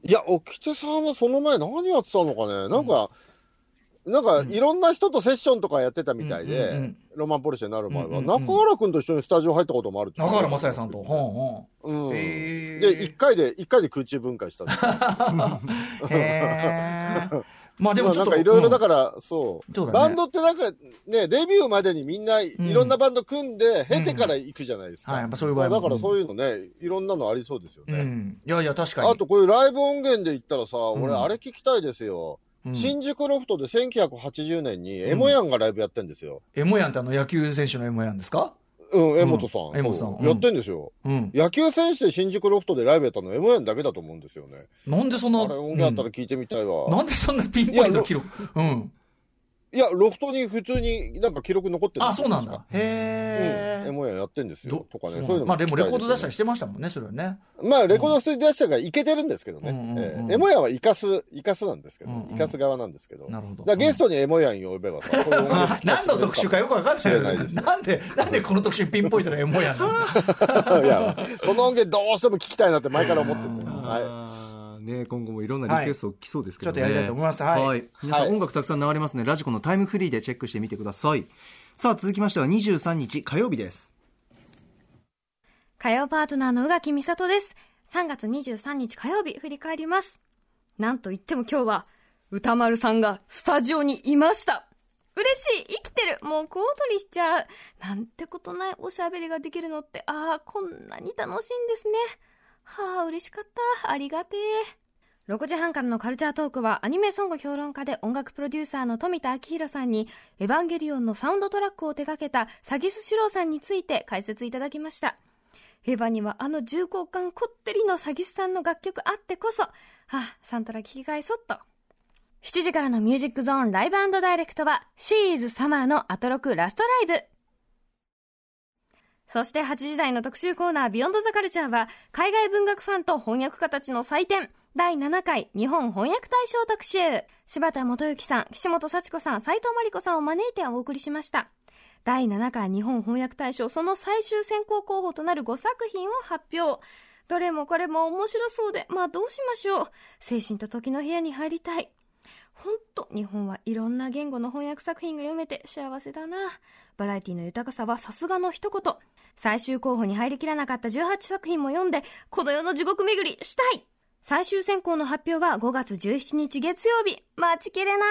Speaker 4: いや、沖手さんはその前何やってたのかね。なんか、なんか、いろんな人とセッションとかやってたみたい
Speaker 3: う
Speaker 4: で、
Speaker 3: んうんうん
Speaker 4: ロマンポルシェになる前は、
Speaker 3: うんうんうん
Speaker 4: 中原くんと一緒にスタジオ入ったこともあるって
Speaker 3: 中原雅也さんと。ほ
Speaker 4: うん。
Speaker 3: んほん。
Speaker 4: で、
Speaker 3: へ
Speaker 4: 1回で、一回で空中分解したんですよ。
Speaker 3: ーへ ーまあ でもちょっと。
Speaker 4: まあなんかいろいろだ
Speaker 3: ら。
Speaker 4: から、そう
Speaker 3: そうだね
Speaker 4: バンドってなんかね、デビューまでにみんない
Speaker 3: ん
Speaker 4: ろんなバンド組んで、経てから行くじゃないですか。
Speaker 3: はいやっぱそういう場合も
Speaker 4: だからそういうのね、いろんなのありそうですよ
Speaker 3: う
Speaker 4: ね。
Speaker 3: ん。いやいや、確かに。
Speaker 4: あとこういうライブ音源で言ったらさ、
Speaker 3: ん
Speaker 4: 俺あれ聞きたいですよ。
Speaker 3: うん
Speaker 4: 新宿ロフトで1980年にエモヤンがライブやってんですよ。
Speaker 3: エモヤンってあの野球選手のエモヤンですか
Speaker 4: うん、江本さん。
Speaker 3: うん江本さん
Speaker 4: そうやってんですよ。
Speaker 3: うん。
Speaker 4: 野球選手で新宿ロフトでライブやったのエモヤンだけだと思うんですよね。
Speaker 3: なんでそんな、
Speaker 4: あれ音源あった
Speaker 3: う
Speaker 4: ら
Speaker 3: ん
Speaker 4: 聞いてみたいわ。
Speaker 3: なんでそんなピンポイントの記録うん。
Speaker 4: いや、ロフトに普通になんか記録残ってる
Speaker 3: あ、そうなん
Speaker 4: 確か
Speaker 3: だ。へ
Speaker 4: うん、エ
Speaker 3: ー
Speaker 4: モややってんですよ
Speaker 3: ど。
Speaker 4: とか
Speaker 3: そ
Speaker 4: ね、
Speaker 3: うなんだ
Speaker 4: そういうの
Speaker 3: まあでもレコード出したり
Speaker 4: し
Speaker 3: してましたもんね、それはね。
Speaker 4: まあレコード出したりしたからいけてるんですけどね。
Speaker 3: うんうんうん
Speaker 4: えーエモヤはイカス、イカスなんですけど、
Speaker 3: うんうん
Speaker 4: イカス側なんですけど。
Speaker 3: なるほど
Speaker 4: だからゲストにエモヤン呼べばさ、こういう音楽聞かせてくれる
Speaker 3: 何の特集 かよくわかんないよ
Speaker 4: 知らないですよ
Speaker 3: なんで、なんでこの特集ピンポイントのエ モヤンなの
Speaker 4: いや、その音源どうしても聞きたいなって前から思ってて。はい。
Speaker 2: あーね、今後もいろんなリクエスト来そうですけどね。
Speaker 3: はいちょっとやりたいと思いますはい
Speaker 2: 皆さん、
Speaker 4: はい
Speaker 2: 音楽たくさん流れますね。ラジコのタイムフリーでチェックしてみてください。さあ、続きましては23日火曜日です。
Speaker 6: 火曜パートナーの宇垣美里です。3月23日火曜日振り返ります。なんといっても今日は、歌丸さんがスタジオにいました。嬉しい生きてるもう小躍りしちゃうなんてことないおしゃべりができるのって、ああ、こんなに楽しいんですね。はあ、嬉しかった。ありがてえ。6時半からのカルチャートークはアニメソング評論家で音楽プロデューサーの富田明宏さんにエヴァンゲリオンのサウンドトラックを手掛けたサギスシローさんについて解説いただきました。エヴァにはあの重厚感こってりの詐欺師さんの楽曲あってこそ、はあ、サントラ聞き返そうっと。7時からのミュージックゾーンライブダイレクトは、シーズサマーのアトロクラストライブ。そして8時台の特集コーナービヨンドザカルチャーは、海外文学ファンと翻訳家たちの祭典、第7回日本翻訳大賞特集。柴田元幸さん、岸本幸子さん、斉藤真理子さんを招いてお送りしました。第7回日本翻訳大賞その最終選考候補となる5作品を発表どれもこれも面白そうでまあどうしましょう精神と時の部屋に入りたいほんと日本はいろんな言語の翻訳作品が読めて幸せだなバラエティの豊かさはさすがの一言最終候補に入りきらなかった18作品も読んでこの世の地獄巡りしたい最終選考の発表は5月17日月曜日待ちきれな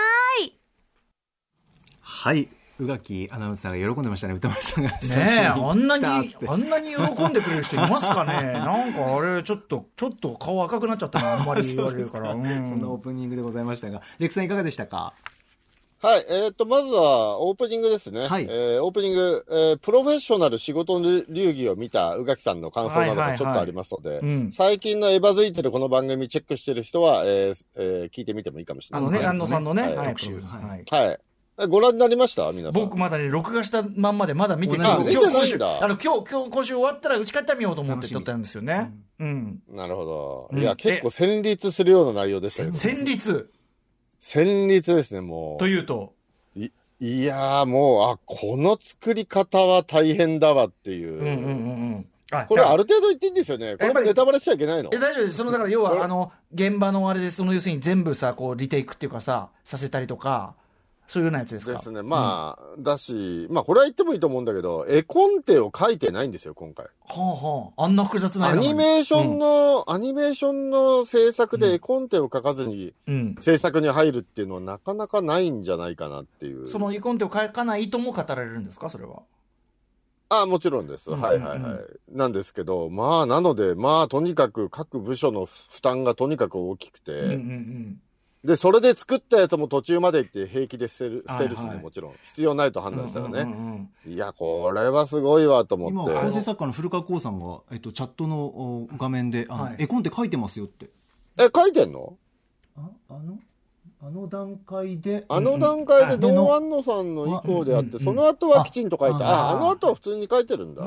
Speaker 6: い
Speaker 2: はい。宇垣アナウンサーが喜んでましたね、歌丸さんが。
Speaker 3: ねえ、あんなに、
Speaker 2: 来たっつって
Speaker 3: あんなに喜んでくれる人いますかねなんかあれ、ちょっと、ちょっと顔赤くなっちゃったな、あんまり言われる から。うん
Speaker 2: そんなオープニングでございましたが、レクさんいかがでしたか
Speaker 4: はい、えっ、と、まずはオープニングですね。
Speaker 2: はい
Speaker 4: えーオープニング、えープロフェッショナル仕事の流儀を見た宇垣さんの感想
Speaker 3: はい
Speaker 4: など
Speaker 3: はいは
Speaker 4: が
Speaker 3: い
Speaker 4: ちょっとありますので、
Speaker 3: うん
Speaker 4: 最近のエヴァづいてるこの番組チェックしてる人は、えーえー聞いてみてもいいかもしれ
Speaker 3: あ
Speaker 4: な
Speaker 3: の
Speaker 4: い
Speaker 3: ね、
Speaker 4: です
Speaker 3: 安野さんのね、
Speaker 4: はい
Speaker 3: はい
Speaker 2: 特集
Speaker 3: はい
Speaker 2: は
Speaker 4: はい。えご覧になりました皆さん。
Speaker 3: 僕まだね、録画したまんまでまだ見て
Speaker 2: 同
Speaker 3: 今
Speaker 2: じ
Speaker 3: 日、
Speaker 2: あ
Speaker 3: 今日、
Speaker 4: 見てな
Speaker 3: 今
Speaker 4: いん
Speaker 3: 週、
Speaker 4: だ
Speaker 3: あの、今日、今日、今週終わったら、打ち返ってみようと思っ
Speaker 2: 楽
Speaker 3: て
Speaker 2: しみ
Speaker 3: 撮ったんですよね。うん。
Speaker 4: なるほ
Speaker 3: う
Speaker 4: ど。
Speaker 3: ん
Speaker 4: いや、結構戦慄するような内容でしたけど。
Speaker 3: 戦慄
Speaker 4: 戦慄ですね、も
Speaker 3: というと、
Speaker 4: う。いいやー、もう、あ、この作り方は大変だわっていう
Speaker 3: うんうんうん
Speaker 4: う。
Speaker 3: うん。あ
Speaker 4: これ、
Speaker 3: だから
Speaker 4: ある程度言っていいんですよね。これもネタバレしちゃいけないの
Speaker 3: え、。大丈夫です。その、だから、要
Speaker 4: こ
Speaker 3: は、
Speaker 4: れ
Speaker 3: あの、現場のあれで、その、要するに全部さ、こう、リテイクっていうかさ、させたりとか、そういうようなやつです
Speaker 4: で
Speaker 3: か。
Speaker 4: すね。まあ、だし、まあ、これは言ってもいいと思うんだけど、絵コンテを書いてないんですよ、今回。
Speaker 3: はあはあ、あんな複雑な絵
Speaker 4: ア
Speaker 3: なのに
Speaker 4: ニメーションの、アニメーションの制作で絵コンテを書かずに
Speaker 3: うん。
Speaker 4: 制作に入るっていうのはなかなかないんじゃないかなっていう。
Speaker 3: そのイコンテを書かないとも語られるんですか、それは。
Speaker 4: あもちろんです。
Speaker 3: うん
Speaker 4: はいはいはい。なんですけど、まあ、なので、まあ、とにかく各部署の負担がとにかく大きくて、
Speaker 3: うんうんうん。
Speaker 4: で、それで作ったやつも途中まで行って平気で捨てる、捨てるしね、
Speaker 3: はいはい
Speaker 4: もちろん。必要ないと判断したらね。
Speaker 3: うんうんうん
Speaker 4: いや、これはすごいわと思
Speaker 2: 今、
Speaker 4: って。
Speaker 2: 構成作家の古川光さんが、えっと、チャットのお画面で、あの
Speaker 3: はい
Speaker 2: 絵コンテ書いてますよって。
Speaker 4: え、書いてんの
Speaker 2: ああの、あの段階で、
Speaker 4: あの段階
Speaker 3: あ
Speaker 4: で
Speaker 2: での
Speaker 4: 堂安野さんの以降であっ
Speaker 3: うんうん
Speaker 4: て、
Speaker 3: うん
Speaker 4: その後はきちんと書いて、
Speaker 2: あ
Speaker 4: あ、あの後は普通に書いてるんだ。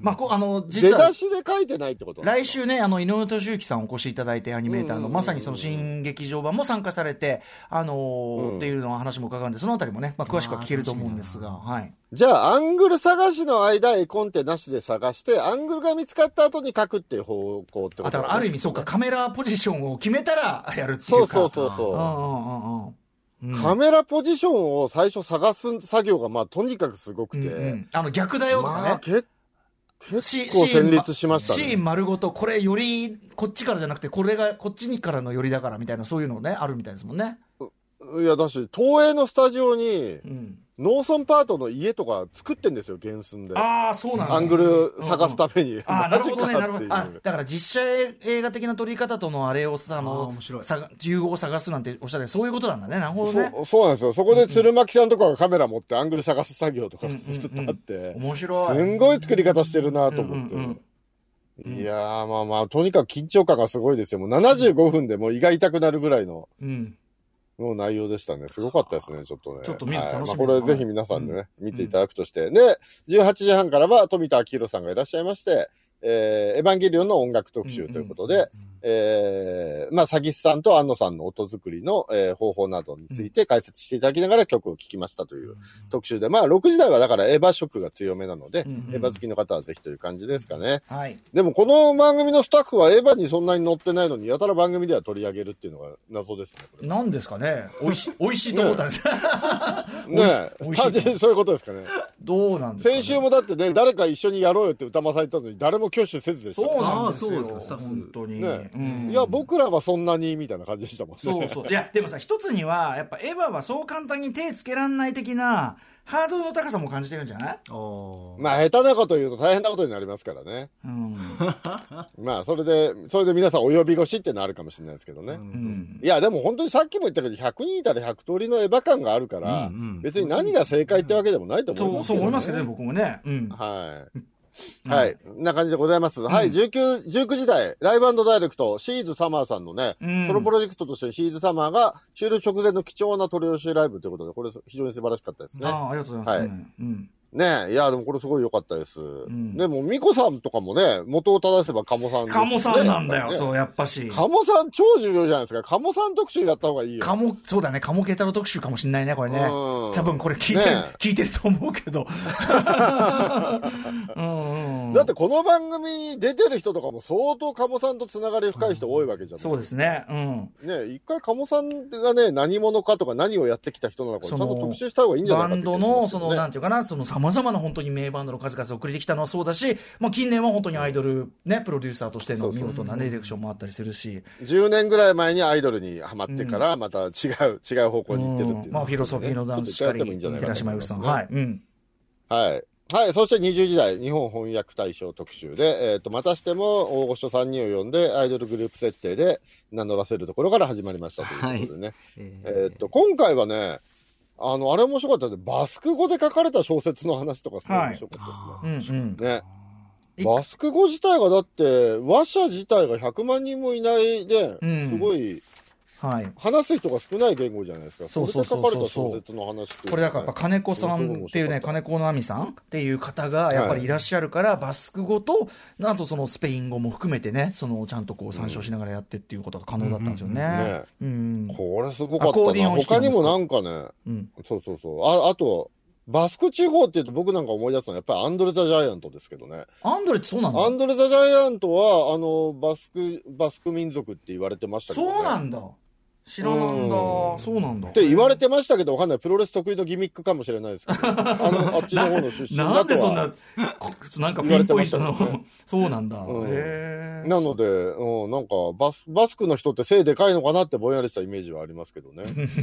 Speaker 3: まあ、こう、あの、実
Speaker 4: 出
Speaker 3: は
Speaker 4: だ、しで書いてないってこと
Speaker 3: 来週ね、あの、井上俊之さんお越しいただいて、アニメーター
Speaker 4: うんうん
Speaker 3: の、
Speaker 4: うん
Speaker 3: まさにその新劇場版も参加されて、あのー
Speaker 4: うん
Speaker 3: っていうのを話も伺うんで、そのあたりもね、まあ、詳しくは聞けると思うんですが、はい。
Speaker 4: じゃあ、アングル探しの間、絵コンテなしで探して、アングルが見つかった後に書くっていう方向ってこと
Speaker 3: あ、だから、ある意味、そうか、カメラポジションを決めたら、やるってい
Speaker 4: そうう
Speaker 3: か。
Speaker 4: そうそう
Speaker 3: うん
Speaker 4: そう
Speaker 3: うんうんうん。
Speaker 4: カメラポジションを最初探す作業が、まあ、とにかくすごくて、
Speaker 3: うんうんあの、逆だよとかね
Speaker 4: まあ、。け
Speaker 3: し
Speaker 4: 結構戦慄しました
Speaker 3: シー
Speaker 4: ね
Speaker 3: ン。丸ごと、これより、こっちからじゃなくて、これが、こっちにからのよりだからみたいな、そういうのね、あるみたいですもんね。
Speaker 4: いや、だし、東映のスタジオに
Speaker 3: う、ん。
Speaker 4: 農村パートの家とか作ってんですよ、原寸で。
Speaker 3: ああ、そうなんだ。
Speaker 4: アングル探すために。
Speaker 3: ああ、な
Speaker 4: マ
Speaker 3: る
Speaker 4: ジ
Speaker 3: ほ
Speaker 4: か
Speaker 3: ど
Speaker 4: っ
Speaker 3: ね、
Speaker 4: て いう
Speaker 3: なるほど。あ、だから実写映画的な撮り方とのあれをさ、あ
Speaker 2: あー
Speaker 3: の
Speaker 2: 面白、い
Speaker 3: さが融合を探すなんておっしゃって、そういうことなんだね。なるほどね。
Speaker 4: そうそうなんですよ。そこで鶴巻さんとかがカメラ持ってアングル探す作業とかずっとあって、
Speaker 3: 面白い。
Speaker 4: すんごい作り方してるなと思って。
Speaker 3: うんうん
Speaker 4: いやー、まあまあ、とにかく緊張感がすごいですよ。もう75分でもう胃が痛くなるぐらいの、
Speaker 3: うん。
Speaker 4: の内容でしたね。すごかったですね、ちょっとね。
Speaker 3: ちょっと見るの楽しみ
Speaker 4: はいまあ、これぜひ皆さんでね、見ていただくとして。で、18時半からは富田明宏さんがいらっしゃいまして、えーエヴァンゲリオンの音楽特集ということで、えー、まあ、詐欺師さんと安野さんの音作りの、えー方法などについて解説していただきながら曲を聴きましたという特集で、まあ、6時台はだからエヴァ色が強めなので、
Speaker 3: ん
Speaker 4: エヴァ好きの方はぜひという感じですかね。
Speaker 3: はい。
Speaker 4: でも、この番組のスタッフはエヴァにそんなに載ってないのに、やたら番組では取り上げるっていうのが謎ですね。これ
Speaker 3: なんですかね。美 味しい、美味しいと思ったんです。
Speaker 4: ねえ
Speaker 3: 美味しい
Speaker 4: 単純にそういうことですかね。
Speaker 3: どうなんですか、ね。
Speaker 4: 先週もだってね、誰か一緒にやろうよって歌まされたのに、誰も挙手せずでした
Speaker 3: そう
Speaker 4: か
Speaker 3: なんですよ。
Speaker 2: あーそうですか
Speaker 3: 本当に。
Speaker 4: ね
Speaker 3: う
Speaker 4: ら。
Speaker 3: ん
Speaker 4: いや、僕らはそんなに、みたいな感じでしたもんね。
Speaker 3: そうそう。いや、でもさ、一つには、やっぱエヴァはそう簡単に手つけらんない的な、ハードルの高さも感じてるんじゃない
Speaker 2: あー
Speaker 4: まあ、下手なこと言うと大変なことになりますからね。
Speaker 3: うん。
Speaker 4: まあ、それで、それで皆さんお呼び越しってのあるかもしれないですけどね。
Speaker 3: うん。
Speaker 4: いや、でも本当にさっきも言ったけど、100人いたら100通りのエヴァ感があるから、
Speaker 2: うんうん
Speaker 4: 別に何が正解ってわけでもないと思い
Speaker 3: そ
Speaker 4: ま
Speaker 3: う、
Speaker 4: す
Speaker 3: そう
Speaker 4: けど、
Speaker 3: 思いますけどね、僕もね。うん。
Speaker 4: はい。はい。こんな感じでございます。はい。19、19時台、ライブダイレクト、シーズサマーさんのね、
Speaker 3: うん
Speaker 4: ソロプロジェクトとしてシーズサマーが終了直前の貴重な取り寄せライブということで、これ非常に素晴らしかったですね。
Speaker 3: ああ、ありがとうございます。
Speaker 4: は
Speaker 3: うん。
Speaker 4: ねえ、いや、でもこれすごい良かったです。
Speaker 3: ん
Speaker 4: でも、ミコさんとかもね、元を正せばカモさんですよ
Speaker 3: カ
Speaker 4: ね、
Speaker 3: モさんなんだよ、
Speaker 4: やっぱりね
Speaker 3: そう、やっぱし。
Speaker 4: カモさん超重要じゃないですか。カモさん特集やった方がいいよ。
Speaker 3: カモ、そうだね、カモケ太郎特集かもしんないね、これね。
Speaker 4: うん
Speaker 3: 多分これ聞いてる、
Speaker 4: ね
Speaker 3: 聞いてると思うけ ど。うんうん。
Speaker 4: だってこの番組に出てる人とかも相当カモさんとつながり深い人多いわけじゃない、
Speaker 3: そうですね。うん。
Speaker 4: ね一回カモさんがね、何者かとか何をやってきた人なのか、ちゃんと特集した方がいいんじゃな
Speaker 3: バ
Speaker 4: いかって
Speaker 3: ンドの、その、なんていうかな、その、様々な本当に名バンドの数々を送りてきたのはそうだし、まあ、近年は本当にアイドル、ね、プロデューサーとしての見事なね、ディレクションもあったりするし、
Speaker 4: 10年ぐらい前にアイドルにハマってから、また違う、違う方向に行ってるっていう、
Speaker 3: うんまあ、フィロソフィーのダンスしかり、
Speaker 4: ちょっと一回やってもいいんじゃないか
Speaker 3: 寺
Speaker 4: と
Speaker 3: 島由
Speaker 4: 思いま
Speaker 3: 紀
Speaker 4: す
Speaker 3: さ
Speaker 4: ね
Speaker 3: ん。はい。うん。
Speaker 4: はい。はい。そして20時代、日本翻訳大賞特集で、えっ、と、またしても大御所3人を呼んで、アイドルグループ設定で名乗らせるところから始まりましたということでね。
Speaker 2: えー
Speaker 4: えっ、と、今回はね、あの、あれ面白かったで、バスク語で書かれた小説の話とかすごい面白かった
Speaker 3: うん、うん。
Speaker 4: ですね。ね。
Speaker 3: い
Speaker 4: バスク語自体がだって、話者自体が100万人もいないで、
Speaker 3: うん
Speaker 4: すごい、
Speaker 3: はい。
Speaker 4: 話す人が少ない言語じゃないですか。
Speaker 3: そうそうそう
Speaker 4: れ
Speaker 3: そう
Speaker 4: で書かれた小説の話っていうのはね
Speaker 3: これだからやっぱ金子さんっていうね、金子のあみさんっていう方がやっぱりいらっしゃるから、バスク語と、あとそのスペイン語も含めてね、そのちゃんとこう参照しながらやってっていうことが可能だったんですよね。うん。
Speaker 4: これすご
Speaker 3: アコ
Speaker 4: か
Speaker 3: ー
Speaker 4: った
Speaker 3: ディ
Speaker 4: な。
Speaker 3: オン弾く
Speaker 4: 他
Speaker 3: んで
Speaker 4: に
Speaker 3: すか
Speaker 4: もなんかね、
Speaker 3: うん。
Speaker 4: そうそうそう。あ、あと、バスク地方って言うと僕なんか思い出すのはやっぱりアンドレ・ザ・ジャイアントですけどね。
Speaker 3: アンドレってそうなん
Speaker 4: ア
Speaker 3: だ
Speaker 4: ン。ドレ・ザ・ジャイアントは、あの、バスク、バスク民族って言われてましたけど、ね。
Speaker 3: そうな
Speaker 4: っ
Speaker 3: んだ。知らなんだ。そうなんだ。
Speaker 4: て言われてましたけど、わかんない。プロレス得意のギミックかもしれないですけど、あの、あっちの方の出身だと は。
Speaker 3: なんでそんな、こ なんかピンポイント
Speaker 4: 言われてました
Speaker 3: の、そうなんだ。
Speaker 4: うん
Speaker 3: へー
Speaker 4: なので、うん、なんか、バス、バスクの人って背でかいのかなってぼんやりしたイメージはありますけどね。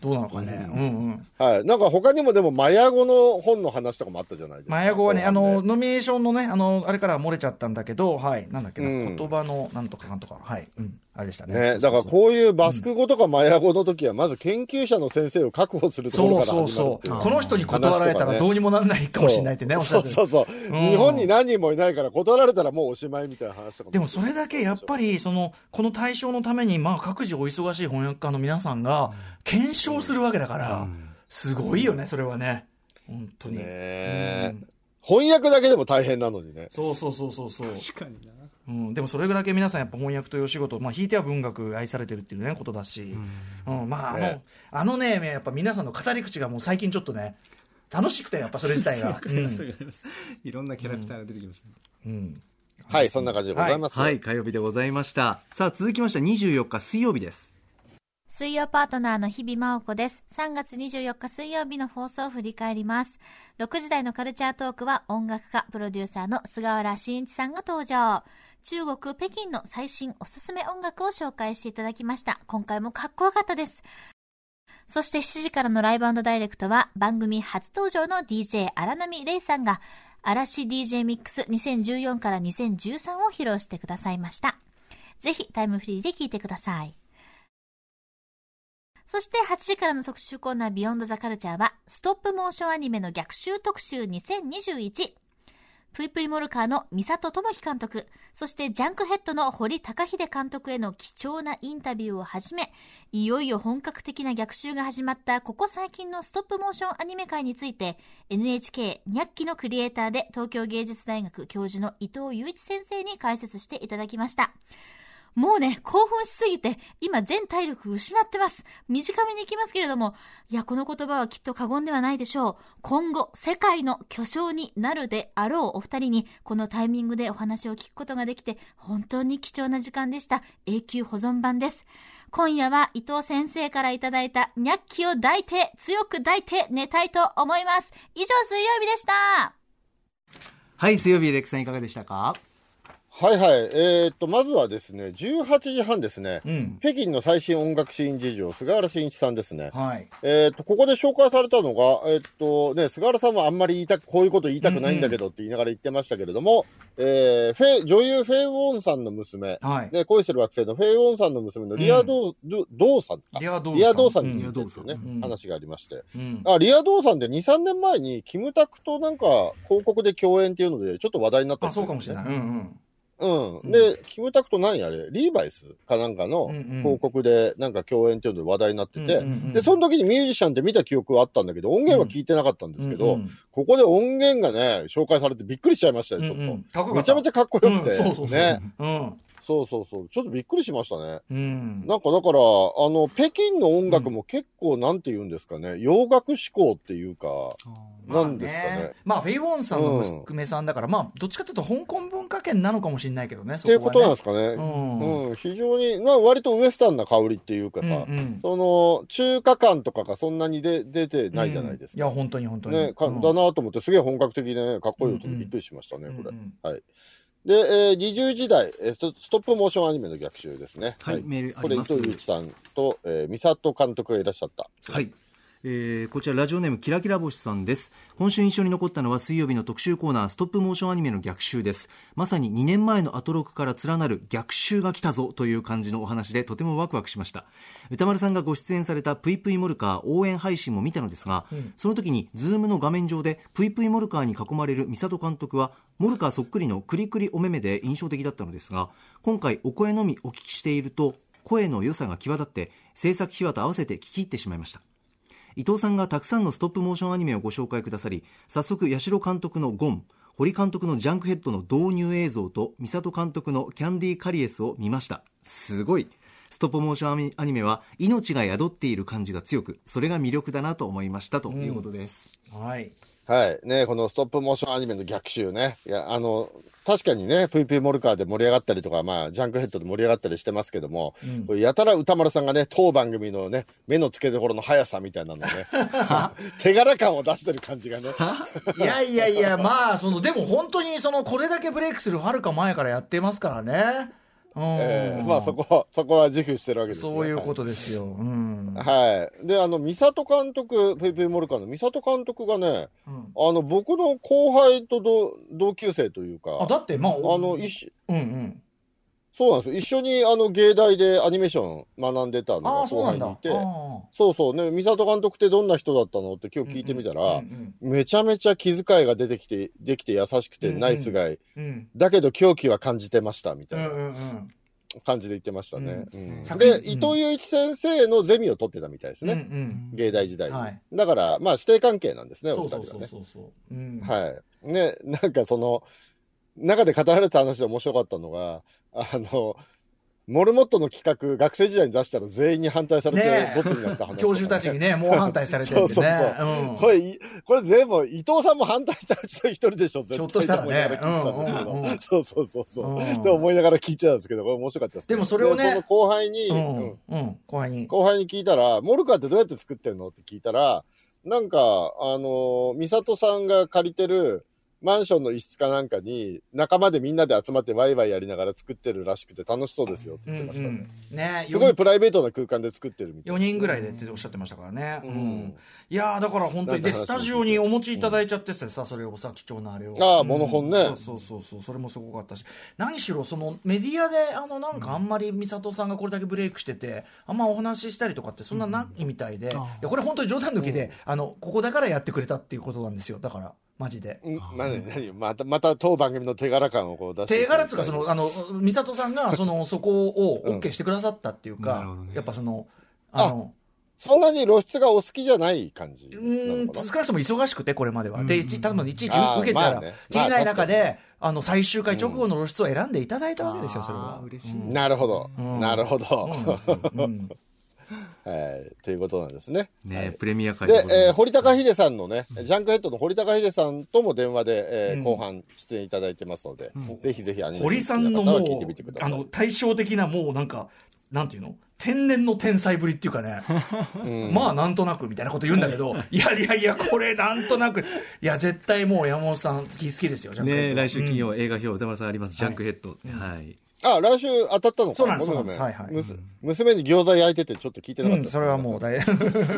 Speaker 3: どうなのかね。うんうん。
Speaker 4: はい。なんか他にもでも、マヤ語の本の話とかもあったじゃないですか。
Speaker 3: マヤ語はね、あ
Speaker 4: 後半
Speaker 3: の、
Speaker 4: で
Speaker 3: ノミネーションのね、あの、あれから漏れちゃったんだけど、はい、なんだっけな、
Speaker 4: うん
Speaker 3: 言葉のなんとかなんとか、はい、うん、あれでしたね。
Speaker 4: ね、
Speaker 3: そ
Speaker 4: だ
Speaker 3: う
Speaker 4: か
Speaker 3: そう
Speaker 4: ら
Speaker 3: そう
Speaker 4: こういうバスク語とかマヤ語の時は、まず研究者の先生を確保するとこ
Speaker 3: そ
Speaker 4: ろ
Speaker 3: う
Speaker 4: から
Speaker 3: そう
Speaker 4: 始まるっ
Speaker 3: そ
Speaker 4: て
Speaker 3: う。
Speaker 4: いう。
Speaker 3: この人に断られた
Speaker 4: 話とからね
Speaker 3: どうにもならないかもしれないってね、おっしゃっ
Speaker 4: そう
Speaker 3: て
Speaker 4: そうそう。
Speaker 3: ん
Speaker 4: 日本に何人もいないから断られたらもうおしまいみたいな話とか
Speaker 3: でもそれだけやっぱり、その、この対象のために、まあ、各自お忙しい翻訳家の皆さんが、検証するわけだから、すごいよね、それはね。本当に。
Speaker 4: ねえ翻訳だけでも大変なのにね。
Speaker 3: そうそうそうそうそう。
Speaker 2: 確かにな
Speaker 3: うん、でもそれだけ皆さんやっぱ翻訳というお仕事、まあ、引いては文学愛されてるっていうねことだし、うんまああの、
Speaker 4: ね
Speaker 3: あのねやっぱ皆さんの語り口がもう最近ちょっとね楽しくてやっ ぱそれ自体が、うん
Speaker 2: いろんなキャラクターが出てきました、
Speaker 3: うん
Speaker 4: はい、そんな感じでございます。
Speaker 2: はい火曜日でございましたさあ続きまして24日水曜日です
Speaker 7: 水曜パートナーの日々真央子です。3月24日水曜日の放送を振り返ります。6時台のカルチャートークは音楽家、プロデューサーの菅原慎一さんが登場。中国、北京の最新おすすめ音楽を紹介していただきました。今回もかっこよかったです。そして7時からのライブダイレクトは番組初登場の DJ 荒波レイさんが嵐 DJ ミックス2014から2013を披露してくださいました。ぜひタイムフリーで聴いてください。そして8時からの特集コーナービヨンドザカルチャーは、ストップモーションアニメの逆襲特集2021。ぷいぷいモルカーの三里智樹監督、そしてジャンクヘッドの堀高秀監督への貴重なインタビューをはじめ、いよいよ本格的な逆襲が始まったここ最近のストップモーションアニメ界について、NHK ニャッキのクリエイターで東京芸術大学教授の伊藤雄一先生に解説していただきました。もうね、興奮しすぎて、今全体力失ってます。短めに行きますけれども、いや、この言葉はきっと過言ではないでしょう。今後、世界の巨匠になるであろうお二人に、このタイミングでお話を聞くことができて、本当に貴重な時間でした。永久保存版です。今夜は伊藤先生からいただいたニャッキを抱いて、強く抱いて寝たいと思います。以上、水曜日でした。
Speaker 2: はい、水曜日、レクさんいかがでしたか
Speaker 4: はいはい。えーっと、まずはですね、18時半ですね。
Speaker 3: うん。
Speaker 4: 北京の最新音楽シーン事情、菅原慎一さんですね。
Speaker 3: はい。
Speaker 4: えーっと、ここで紹介されたのが、えーっと、ね、菅原さんもあんまり言いたく、こういうこと言いたくないんだけどって言いながら言ってましたけれども、えー、フェイ、女優フェイウォンさんの娘、
Speaker 3: はい。
Speaker 4: ね、恋してる惑星のフェイウォンさんの娘のリア・ドー、ドゥドーさんか。
Speaker 3: リアドーさん
Speaker 4: リア・ドーさ
Speaker 3: うんん
Speaker 4: についてですよね、
Speaker 3: うん
Speaker 4: 話がありまして。
Speaker 3: うん。
Speaker 4: あリア・ドーさんで2、3年前に、キムタクとなんか、広告で共演っていうので、ちょっと話題になっ
Speaker 3: あ、
Speaker 4: たんです
Speaker 3: そ
Speaker 4: ね
Speaker 3: うかもしれない。うんうん。
Speaker 4: うん。で、キムタクと何あれリーバイスかなんかの
Speaker 3: うんうん
Speaker 4: 広告でなんか共演っていうので話題になってて
Speaker 3: うんうんうん、
Speaker 4: で、その時にミュージシャンって見た記憶はあったんだけど、音源は聞いてなかったんですけ
Speaker 3: う
Speaker 4: ど
Speaker 3: んうん、
Speaker 4: ここで音源がね、紹介されてびっくりしちゃいましたね、ちょ
Speaker 3: うんうん
Speaker 4: っ
Speaker 3: かっ
Speaker 4: と。
Speaker 3: こよか
Speaker 4: め
Speaker 3: っ
Speaker 4: ちゃ
Speaker 3: た
Speaker 4: めちゃかっこよくて。
Speaker 3: うんそうそうそう。
Speaker 4: ね。
Speaker 3: うん。
Speaker 4: そうそうそう。ちょっとびっくりしましたね。
Speaker 3: うん。
Speaker 4: なんかだから、あの、北京の音楽も結構なんて言うんですかね、洋楽志向っていうか、なんですか
Speaker 3: まあ
Speaker 4: ね。
Speaker 3: まあ、フェイ・ウォンさんの娘さんだから、まあ、どっちかというと香港文化圏なのかもしれないけどね、
Speaker 4: っ
Speaker 3: そ
Speaker 4: ていう
Speaker 3: こ
Speaker 4: こ
Speaker 3: はね
Speaker 4: となんですかね。
Speaker 3: うん
Speaker 4: うん、非常に、まあ割とウエスタンな香りっていうかさ、
Speaker 3: うんうん
Speaker 4: その、中華感とかがそんなにで出てないじゃないです
Speaker 3: うん
Speaker 4: か。
Speaker 3: いや、本当に本当に。
Speaker 4: ね、か
Speaker 3: うん
Speaker 4: だなと思って、すげえ本格的でね、かっこいいと
Speaker 3: うんうん
Speaker 4: びっくりしましたね、こ
Speaker 3: う
Speaker 4: れ
Speaker 3: んうん。
Speaker 4: はい。で、えー、20時代、えーストストップモーションアニメの逆襲ですね。
Speaker 2: はいメールあ
Speaker 4: こ
Speaker 2: り
Speaker 4: れ、伊
Speaker 2: ます
Speaker 4: 藤祐一さんと、えー、美里監督がいらっしゃった。
Speaker 2: はい。えーこちらラジオネームキラキラ星さんです今週印象に残ったのは水曜日の特集コーナーストップモーションアニメの逆襲ですまさに2年前のアトロクから連なる逆襲が来たぞという感じのお話でとてもワクワクしました歌丸さんがご出演されたぷいぷいモルカー応援配信も見たのですが、その時にズームの画面上でぷいぷいモルカーに囲まれる美里監督はモルカーそっくりのクリクリお目目で印象的だったのですが今回お声のみお聞きしていると声の良さが際立って制作秘話と合わせて聞き入ってしまいました伊藤さんがたくさんのストップモーションアニメをご紹介くださり早速八代監督の「ゴン」堀監督の「ジャンクヘッド」の導入映像と美里監督の「キャンディー・カリエス」を見ましたすごいストップモーションアニアニメは命が宿っている感じが強くそれが魅力だなと思いましたということです、
Speaker 3: はい。
Speaker 4: はい。ね、このストップモーションアニメの逆襲ね。いや、あの、確かにね、ぷいぷいモルカーで盛り上がったりとか、まあ、ジャンクヘッドで盛り上がったりしてますけども、これやたら歌丸さんがね、当番組のね、目の付けどころの速さみたいなの ね、手柄感を出してる感じがね。
Speaker 3: いやいやいや、 まあ、その、でも本当に、その、これだけブレイクするはるか前からやってますからね。うん。
Speaker 4: えーまあ、そこ、そこは自負してるわけですね
Speaker 3: そういうことですよ。うん。
Speaker 4: はい。で、あの、美里監督、ペイペイモルカの美里監督がね、
Speaker 3: うん
Speaker 4: あの、僕の後輩と同同級生というか、
Speaker 3: あ、だって、まあ、あ
Speaker 4: あの、一緒
Speaker 3: うんうん。
Speaker 4: そうなんですよ。一緒に、あの、芸大でアニメーション学んでたの
Speaker 3: ああ、
Speaker 4: が
Speaker 3: そうな
Speaker 4: 後
Speaker 3: ん
Speaker 4: 輩
Speaker 3: だ。あ
Speaker 4: にいて、
Speaker 3: ー
Speaker 4: そうそうね、美里監督ってどんな人だったのって今日聞いてみたら、
Speaker 3: うん
Speaker 4: めちゃめちゃ気遣いが出てきて、できて優しくて
Speaker 3: うんうん
Speaker 4: ナイスガイ、
Speaker 3: うん。
Speaker 4: だけど狂気は感じてました、み
Speaker 3: う
Speaker 4: た
Speaker 3: ん
Speaker 4: い
Speaker 3: うん
Speaker 4: な
Speaker 3: うん。
Speaker 4: 感じで言ってましたね。
Speaker 2: う
Speaker 4: うんん
Speaker 3: 作品
Speaker 4: で、伊藤祐一先生のゼミを取ってたみたいです
Speaker 3: うんう
Speaker 4: ね。
Speaker 3: ん。
Speaker 4: 芸大時代に。
Speaker 3: はい
Speaker 4: だから、まあ、師弟関係なんですね、お
Speaker 3: そ
Speaker 4: 二
Speaker 3: う
Speaker 4: 人
Speaker 3: そ
Speaker 4: は
Speaker 3: う
Speaker 4: ね。
Speaker 3: そうそうそう。うん。
Speaker 4: はい。ね、なんかその、中で語られた話で面白かったのが、あの、モルモットの企画、学生時代に出したら全員に反対され
Speaker 3: ね
Speaker 4: て、
Speaker 3: え
Speaker 4: ボツになった話、
Speaker 3: 教授たちに。ね、もう反対されてる
Speaker 4: そ
Speaker 3: ん
Speaker 4: う
Speaker 3: で
Speaker 4: そうそ
Speaker 3: ね。
Speaker 4: う。これ、いこれ全部、伊藤さんも反対したうちの一人でしょ、絶対
Speaker 3: ひょっとしたらね
Speaker 4: 思いなが聞いてたん
Speaker 3: うんうん
Speaker 4: で
Speaker 3: う
Speaker 4: す
Speaker 3: ん
Speaker 4: けど。そうそうそうそう。
Speaker 3: うん
Speaker 4: って思いながら聞いてたんですけど、これ面白かったです、
Speaker 3: でもそれをね
Speaker 4: でその後輩に、
Speaker 3: うん。う
Speaker 4: うん
Speaker 3: ん。うん。後輩に。
Speaker 4: 後輩に聞いたら、モルカーってどうやって作ってんのって聞いたら、なんか、あのー、ミサトさんが借りてるマンションの一室かなんかに、仲間でみんなで集まってワイワイやりながら作ってるらしくて楽しそうですよって
Speaker 3: うん
Speaker 4: 言
Speaker 3: う
Speaker 4: ってましたね。
Speaker 3: ん。ね
Speaker 4: すごいプライベートな空間で作ってるみたい
Speaker 3: 4人ぐらいでっておっしゃってましたからね。うん。
Speaker 4: ん
Speaker 3: いやー、だから本当に、で、
Speaker 4: なん
Speaker 3: ス
Speaker 4: か話
Speaker 3: タジ
Speaker 4: を聞いて
Speaker 3: オにお持ちいただいちゃっててさ、それをさ、貴重なあれを。
Speaker 4: あー
Speaker 3: うん
Speaker 4: モノ本ね
Speaker 3: そうそうそうそう、それもすごかったし。何しろ、そのメディアで、あの、なんかあんまり美里さんがこれだけブレイクしてて、あんまお話ししたりとかってそんなないみたいで、いや、これ本当に冗談抜きで、あの、ここだからやってくれたっていうことなんですよ。だから、マジで。
Speaker 4: な。うん、なになにまた、また当番組の手柄感をこう出して。
Speaker 3: 手柄っつうか、その、あの、美里さんが、その、そこを OK してくださったっていう
Speaker 2: なるほ
Speaker 3: か
Speaker 2: どね、
Speaker 3: やっぱその、あの、
Speaker 4: そんなに露出がお好きじゃない感じな
Speaker 3: う
Speaker 4: の
Speaker 3: ん、
Speaker 4: か
Speaker 3: 少
Speaker 4: な
Speaker 3: なくとも忙しくて、これまでは。で、いち多分いちいち受
Speaker 4: あー
Speaker 3: けた
Speaker 4: ま
Speaker 3: ら
Speaker 4: あね、
Speaker 3: 切れない中
Speaker 4: まあ
Speaker 3: で、あの、最終回直後の露出を選んでいただいたわけですよ、それは。
Speaker 2: 嬉しい、
Speaker 4: なるほど。なるほど。
Speaker 3: うん
Speaker 4: はい。ということなんですね。
Speaker 2: ねえプレミア会でござ
Speaker 4: で
Speaker 2: い、ます
Speaker 4: えー堀高秀さんのね、ジャンクヘッドの堀高秀さんとも電話で、えー
Speaker 3: うん
Speaker 4: 後半出演いただいてますので、ぜひぜひアニメ
Speaker 3: 堀さんの
Speaker 4: 好きな
Speaker 3: も
Speaker 4: 方は聞いてみてく
Speaker 3: う、
Speaker 4: だ
Speaker 3: あ
Speaker 4: さい。
Speaker 3: の、対照的な、もうなんか、なんていうの天然の天才ぶりっていうか ね、まあなんとなくみたいなこと言うんだけど、いやいやいや、これなんとなく、いや、絶対もう山本さん好き好きですよ、ジャンクヘッ
Speaker 2: ねえ
Speaker 3: ド
Speaker 2: 来週金曜、映画表歌丸さんあります、ジャンクヘッド、はい、
Speaker 4: あ、来週当たったのか
Speaker 3: そうなんです
Speaker 4: ごめごめ
Speaker 3: そうなんですはいはい
Speaker 4: むす娘に餃子焼いててちょっと聞いてなか
Speaker 3: う
Speaker 4: った
Speaker 3: ん、
Speaker 4: です
Speaker 3: それはもう大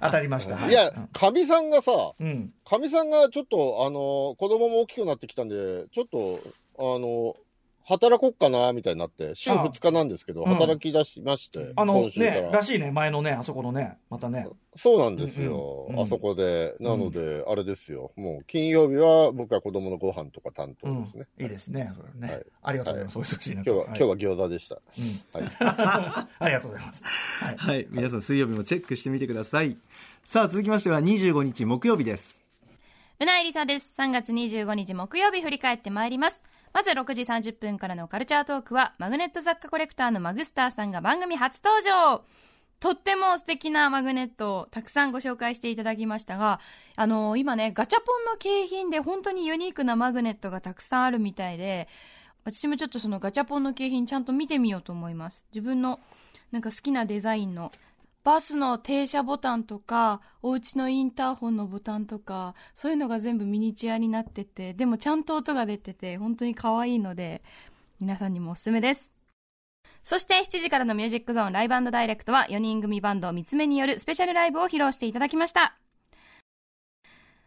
Speaker 3: 当たりました。はい
Speaker 4: や、かみさんがさ、
Speaker 3: うん。
Speaker 4: かみさんがちょっと、あの、子供も大きくなってきたんで、ちょっと、あの、働こっかな、みたいになって、週2日なんですけど、
Speaker 3: ああうん
Speaker 4: 働き出しまして、
Speaker 3: あの
Speaker 4: 今週から。
Speaker 3: ね、らしいね、前のね、あそこのね、またね。
Speaker 4: そうなんですよ、
Speaker 3: うんうん
Speaker 4: あそこで。なので、あれですよ。もう金曜日は僕は子供のご飯とか担当
Speaker 3: うん
Speaker 4: ですね。
Speaker 3: いいですね、それね、
Speaker 4: はい
Speaker 3: ありがとうございます。お忙しい中
Speaker 4: 今日は、今日
Speaker 3: は
Speaker 4: は餃子でした。はい。
Speaker 3: い。 ありがとうございます。はい。
Speaker 2: はい、皆さん水曜日もチェックしてみてくださいさあ続きましては25日木曜日です
Speaker 8: うなえりさです。3月25日木曜日振り返ってまいります。まず6時30分からのカルチャートークは、マグネット雑貨コレクターのマグスターさんが番組初登場とっても素敵なマグネットをたくさんご紹介していただきましたが、あの今ね、ガチャポンの景品で本当にユニークなマグネットがたくさんあるみたいで、私もちょっとそのガチャポンの景品ちゃんと見てみようと思います。自分のなんか好きなデザインのバスの停車ボタンとか、お家のインターホンのボタンとか、そういうのが全部ミニチュアになってて、でもちゃんと音が出てて、本当に可愛いので、皆さんにもおすすめです。そして7時からのミュージックゾーンライブダイレクトは4人組バンド三つ目によるスペシャルライブを披露していただきました。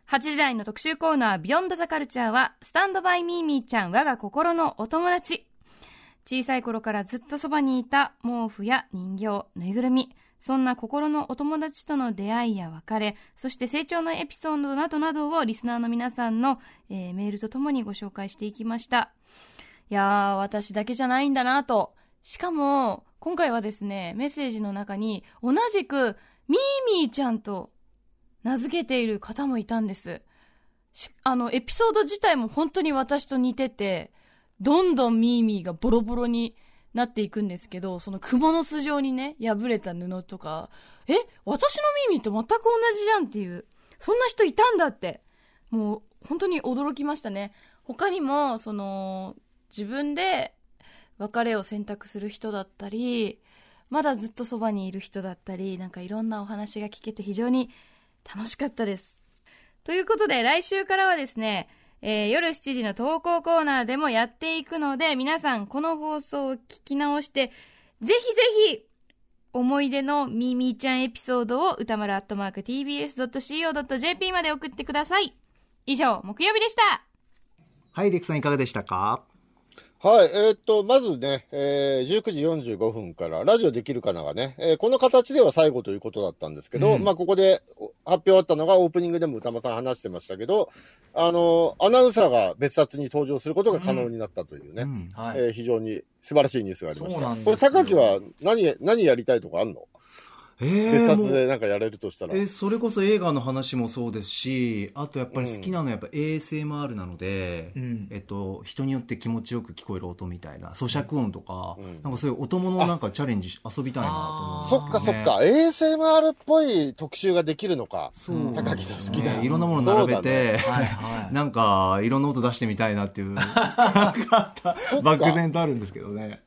Speaker 8: 8時台の特集コーナービヨンドザカルチャーは、スタンドバイミーミーちゃん我が心のお友達小さい頃からずっとそばにいた毛布や人形、ぬいぐるみ、そんな心のお友達との出会いや別れ、そして成長のエピソードなどなどをリスナーの皆さんの、えーメールとともにご紹介していきました。いやー、私だけじゃないんだなと。しかも、今回はですね、メッセージの中に同じくミーミーちゃんと名付けている方もいたんです。しあの、エピソード自体も本当に私と似てて、どんどんミーミーがボロボロになっていくんですけど、その蜘蛛の巣状にね、破れた布とか、え、私のミーミーと全く同じじゃんっていう、そんな人いたんだって、もう本当に驚きましたね。他にも、その、自分で別れを選択する人だったり、まだずっとそばにいる人だったり、なんかいろんなお話が聞けて非常に楽しかったです。ということで、来週からはですね、えー夜7時の投稿コーナーでもやっていくので、皆さんこの放送を聞き直して、ぜひぜひ、思い出のミーミーちゃんエピソードを歌丸アットマーク tbs.co.jp まで送ってください。以上、木曜日でした。
Speaker 2: はいレクさんいかがでしたか
Speaker 4: はい、えーっと、まずね、えー19時45分から、ラジオできるかながね、えーこの形では最後ということだったんですけど、まあ、ここでお発表あったのが、オープニングでも歌間さん話してましたけど、あの、アナウンサーが別冊に登場することが可能になったというね、
Speaker 2: うん
Speaker 3: はい
Speaker 4: えー非常に素晴らしいニュースがありました。
Speaker 3: そうなんです
Speaker 4: こ
Speaker 3: よ
Speaker 4: れ、榊は何、何やりたいとかあんの
Speaker 2: え
Speaker 4: 別
Speaker 2: ー、も
Speaker 4: 冊
Speaker 2: う
Speaker 4: でなんかやれるとしたら。
Speaker 2: えそれこそ映画の話もそうですしあとやっぱり好きなのはやっぱ ASMR なので、
Speaker 3: うん
Speaker 2: えっと、人によって気持ちよく聞こえる音みたいな咀嚼音とか、
Speaker 4: ん
Speaker 2: なんかそういう音物のなんかチャレンジし遊びたいなと
Speaker 4: そ
Speaker 2: 思うんで
Speaker 4: っか
Speaker 2: す
Speaker 4: そ
Speaker 2: よ
Speaker 4: っ
Speaker 2: ね
Speaker 4: か、ASMR っぽい特集ができるのか。
Speaker 2: そう
Speaker 4: 高木の好きな。
Speaker 2: ねいろんなもの並べて、
Speaker 3: はいはい
Speaker 2: なんかいろんな音出してみたいなっていうなんかあった漠然とあるんですけどね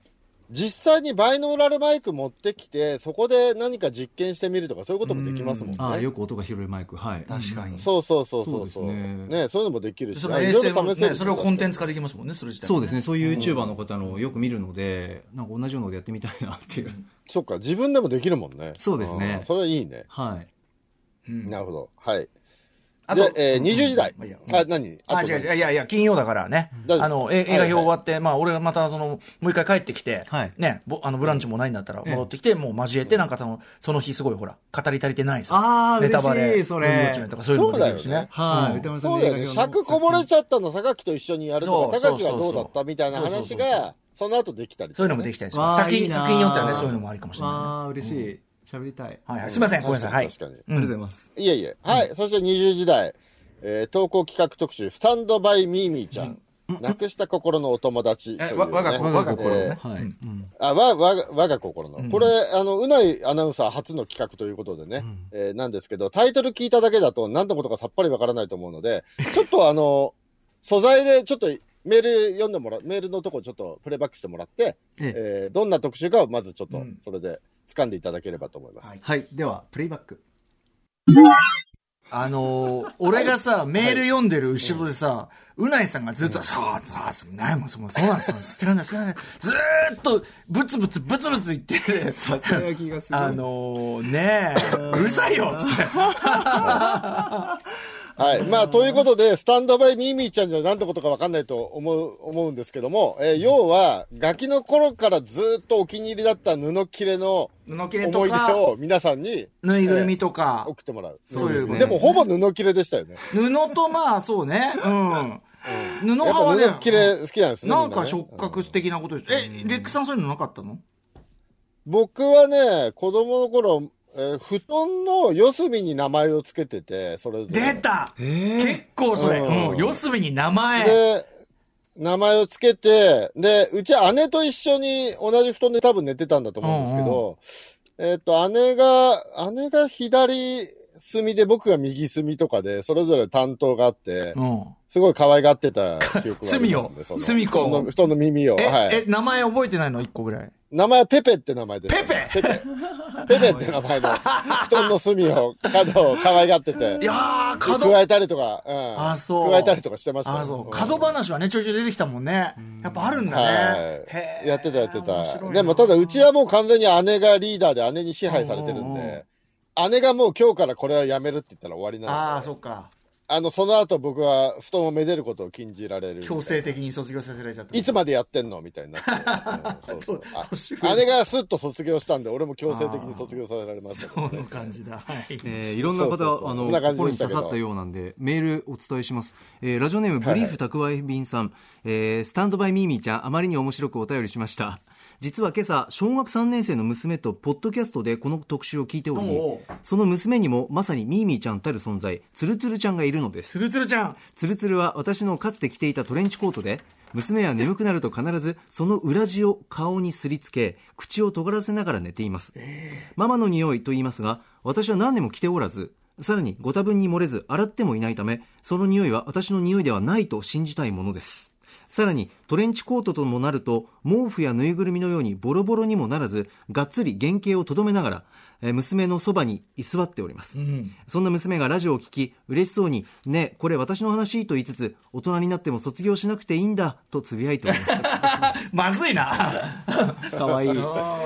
Speaker 4: 実際にバイノーラルマイク持ってきて、そこで何か実験してみるとか、そういうこともできますもんね。
Speaker 2: あよく音が拾えるマイクはい
Speaker 3: 確かに。
Speaker 4: そうそうそうそうそ
Speaker 2: そ
Speaker 4: う
Speaker 2: うですね
Speaker 4: ねそういうのもできるし、
Speaker 3: その
Speaker 4: あい
Speaker 3: 衛
Speaker 4: ろい
Speaker 3: 星
Speaker 4: ろ
Speaker 3: も
Speaker 4: 試せ
Speaker 3: ね、
Speaker 4: る
Speaker 3: それをコンテンツ化できますもんね、それ自体。
Speaker 2: そうですねそういう YouTuber の方のよく見るのでなんか同じようなことやってみたいなっていう
Speaker 4: そっか、自分でもできるもんね。
Speaker 2: そうですね
Speaker 4: あーそれはいいね。
Speaker 2: はい
Speaker 4: なるほど。はい。
Speaker 3: あと
Speaker 4: で、えー、20時代。
Speaker 3: まあいいや
Speaker 4: あ、何
Speaker 3: あ、
Speaker 4: と
Speaker 3: 違う違う。いやいや、金曜だからね。
Speaker 4: 大丈夫
Speaker 3: あの、え映画表終わって、まあ、俺がまた、その、もう一回帰ってきて、
Speaker 2: はい
Speaker 3: ね、ぼあの、ブランチもないんだったら、戻ってきて、もう交えて、なんかその、その日すごい、ほら、語り足りてないさ。
Speaker 2: あー
Speaker 3: ネタバレ、
Speaker 2: 嬉しいそれ
Speaker 3: 文章とかそういうのもできるし
Speaker 4: そうだよ
Speaker 3: ね
Speaker 4: ね。
Speaker 2: はい、
Speaker 3: うん
Speaker 2: 歌丸さん
Speaker 4: そ
Speaker 2: の
Speaker 4: う
Speaker 2: 映
Speaker 4: だ
Speaker 2: 画
Speaker 4: よね。
Speaker 2: 表の
Speaker 4: 尺こぼれちゃったの、榊と一緒にやるとか、
Speaker 3: そう
Speaker 4: 榊はど
Speaker 3: そ
Speaker 4: うだ
Speaker 3: うそうそ
Speaker 4: っ
Speaker 3: う
Speaker 4: たみたいな話
Speaker 3: そうそうそう
Speaker 4: が、その後できたりと
Speaker 3: そうい
Speaker 4: か
Speaker 3: うのも
Speaker 4: ね
Speaker 3: できたりする。
Speaker 2: わあ
Speaker 3: 作
Speaker 2: いい
Speaker 3: 品、
Speaker 2: な
Speaker 3: 作品によってはね、そういうのもありかもしれないね。
Speaker 2: わあ嬉しい、喋りたい。
Speaker 3: はいはいすみません、ごめんなさい。はい。
Speaker 4: 確かに確
Speaker 2: ありがとうございます。
Speaker 4: いえいえ。はい。そして20時代、えー投稿企画特集、スタンドバイミーミーちゃん。なくした心のお友達という、
Speaker 3: え
Speaker 4: ね。
Speaker 3: わ我が子我が心
Speaker 4: えー
Speaker 2: はい。うん
Speaker 4: あ、わ、わが、我が心の。これ、あの、うないアナウンサー初の企画ということでね、えーなんですけど、タイトル聞いただけだと何のことかさっぱりわからないと思う ので、ちょっとあの、素材でちょっとメール読んでもらう、メールのとこちょっとプレイバックしてもらって、
Speaker 2: ええ
Speaker 4: えーどんな特集かをまずちょっ
Speaker 3: う
Speaker 4: と
Speaker 3: ん、
Speaker 4: それで掴んでいただければと思います。
Speaker 3: はい
Speaker 2: はい。では、プレイバック。
Speaker 3: あのー俺がさ、メール読んでる後ろでさ、うないさんがずっと、さあ、さあ、そうないもん、そうそうなんですよ、捨てらんない、捨てらんない。ずーっと、ブツブツ、ブツブツ言って、
Speaker 2: さすが気がする。
Speaker 3: あのーねえ、うるさいよっつって。
Speaker 4: はい。まあ、ということで、スタンドバイミーミーちゃんじゃ何のことかわかんないと思う、思うんですけども、えー要は、ガキの頃からずっとお気に入りだった布切れの
Speaker 3: 布切れと
Speaker 4: 思い出
Speaker 3: か、
Speaker 4: を皆さんに
Speaker 3: ぬいぐるみとか、
Speaker 4: 送ってもらう。
Speaker 3: そういうこと
Speaker 4: でも、ほぼ布切れでしたよね。
Speaker 3: 布とまあ、そうね、うん。布
Speaker 4: やっ
Speaker 3: 派はね
Speaker 4: ぱ布、切れ好きなんですね。
Speaker 3: なん
Speaker 4: みね
Speaker 3: か触覚的なことでしょ。え、レックさんそういうのなかったの
Speaker 4: 僕はね、子供の頃、えー布団の四隅に名前をつけてて、それぞれ
Speaker 3: 出た結構それ、
Speaker 4: うん
Speaker 3: うん、四隅に名前。
Speaker 4: で、名前をつけて、で、うち姉と一緒に同じ布団で多分寝てたんだと思うんですけど、えっと、姉が、姉が左隅で僕が右隅とかで、それぞれ担当があって、
Speaker 3: うん。
Speaker 4: すごい可愛がってた記憶 があり
Speaker 3: 隅
Speaker 4: ます
Speaker 3: を
Speaker 4: ね。その
Speaker 3: 隅子を
Speaker 4: 布団の布団の耳を。
Speaker 3: え、
Speaker 4: は
Speaker 3: え、。
Speaker 4: い
Speaker 3: 名前覚えてないの一個ぐらい。
Speaker 4: 名前はペペって名前です。
Speaker 3: ペペ
Speaker 4: ペペペペって名前 の、布団の隅を、角を可愛がってて
Speaker 3: い、やー、角
Speaker 4: 加、えたりとか、うん。
Speaker 3: あそう
Speaker 4: 加えたりとかしてましたよ。
Speaker 3: あ、そう。
Speaker 4: ん
Speaker 3: 角話はね、ちょいちょい出てきたもんね。やっぱあるんだね。
Speaker 4: は
Speaker 3: へ
Speaker 4: い。
Speaker 3: ー
Speaker 4: やってたやって
Speaker 3: 面白い
Speaker 4: た。
Speaker 3: な
Speaker 4: でもただうちはもう完全に姉がリーダーで姉に支配されてるん
Speaker 3: うんうん
Speaker 4: で、姉がもう今日からこれはやめるって言ったら終わり
Speaker 3: ああ、
Speaker 4: なので、
Speaker 3: そっか。
Speaker 4: あの、その後僕は布団をめでることを禁じられる。
Speaker 3: 強制的に卒業させられちゃった。
Speaker 4: いつまでやってんのみたいに なって。うんそうそうあ
Speaker 3: 年上
Speaker 4: 姉がスッと卒業したんで、俺も強制的に卒業させられましたけ
Speaker 3: そ
Speaker 4: ど
Speaker 3: う
Speaker 4: ね
Speaker 3: の感じだ。はい。
Speaker 2: えーいろんな方
Speaker 4: そうそうそ
Speaker 2: あ
Speaker 4: うそんな
Speaker 2: の
Speaker 4: 感じ
Speaker 2: 心
Speaker 4: で
Speaker 2: に
Speaker 4: した
Speaker 2: 刺
Speaker 4: けど
Speaker 2: さったようなんでメールお伝えします、えーラジオネームブ
Speaker 4: い
Speaker 2: リーフ宅配便さん、えースタンドバイミーミーちゃんあまりに面白くお便りしました実は今朝小学3年生の娘とポッドキャストでこの特集を聞いており
Speaker 3: おう
Speaker 2: その娘にもまさにミーミーちゃんたる存在つるつるちゃんがいるのです
Speaker 3: つるつるちゃん。
Speaker 2: つるつるは私のかつて着ていたトレンチコートで娘は眠くなると必ずその裏地を顔にすりつけ口を尖らせながら寝ています、ママの匂いと言いますが私は何年も着ておらずさらにご多分に漏れず洗ってもいないためその匂いは私の匂いではないと信じたいものですさらにトレンチコートともなると毛布やぬいぐるみのようにボロボロにもならずがっつり原型をとどめながらえー娘のそばに居座っております、そんな娘がラジオを聞き、嬉しそうに、ねえ、これ私の話と言いつつ、大人になっても卒業しなくていいんだ、とつぶやいておりました。
Speaker 3: まずいな。
Speaker 2: かわいい。
Speaker 3: ま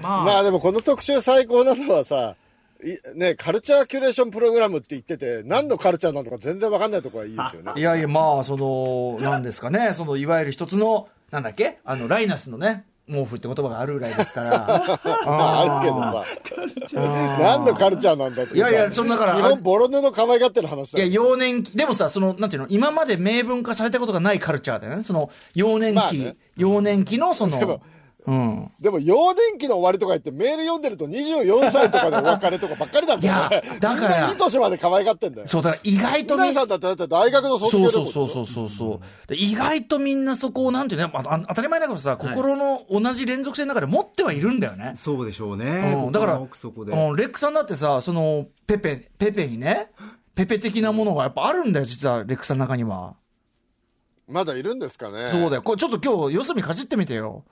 Speaker 4: ま
Speaker 3: あ、
Speaker 4: あでもこの特集最高なのはさ、いね、カルチャーキュレーションプログラムって言ってて、何のカルチャーなのか全然わかんないところがいいですよね。
Speaker 3: いやいや、まあ、その、なんですかね、その、いわゆる一つの、なんだっけあの、ライナスのね、毛布って言葉があるぐらいですから。
Speaker 4: ま あ、あるけどさ。何のカルチャーなんだってさ。
Speaker 3: いやいやそんなから
Speaker 4: 基本ボロ布可愛がってる話
Speaker 3: い
Speaker 4: だ
Speaker 3: や、
Speaker 4: よ。
Speaker 3: 幼年期、でもさ、その、なんていうの、今まで明文化されたことがないカルチャーだよね。その、幼年期、
Speaker 4: まあね
Speaker 3: 幼年期の、その
Speaker 4: も、
Speaker 3: うん。
Speaker 4: でも、幼年期の終わりとか言って、メール読んでると24歳とかでお別れとかばっかりなんだよ、ね。
Speaker 3: いやだから
Speaker 4: みんないい年まで可愛がってんだよ。
Speaker 3: そう、だから意外と
Speaker 4: 皆
Speaker 3: み
Speaker 4: さんだってだって大学の卒業
Speaker 3: そ
Speaker 4: 旅
Speaker 3: う
Speaker 4: 行。
Speaker 3: そうそうそううそうそう。で意外とみんなそこを、なんていうの、やっぱあ当たり前だけどさ、心の同じ連続性の中で持ってはいるんだよね。
Speaker 2: そうでしょうね。
Speaker 3: うんだか
Speaker 2: 心
Speaker 3: ら、
Speaker 2: の奥底で。
Speaker 3: うんレックさんだってさ、その、ペペ、ペペにね、ペペ的なものがやっぱあるんだよ、実は、レックさんの中には。
Speaker 4: まだいるんですかね。
Speaker 3: そうだよ。これちょっと今日、四隅かじってみてよ。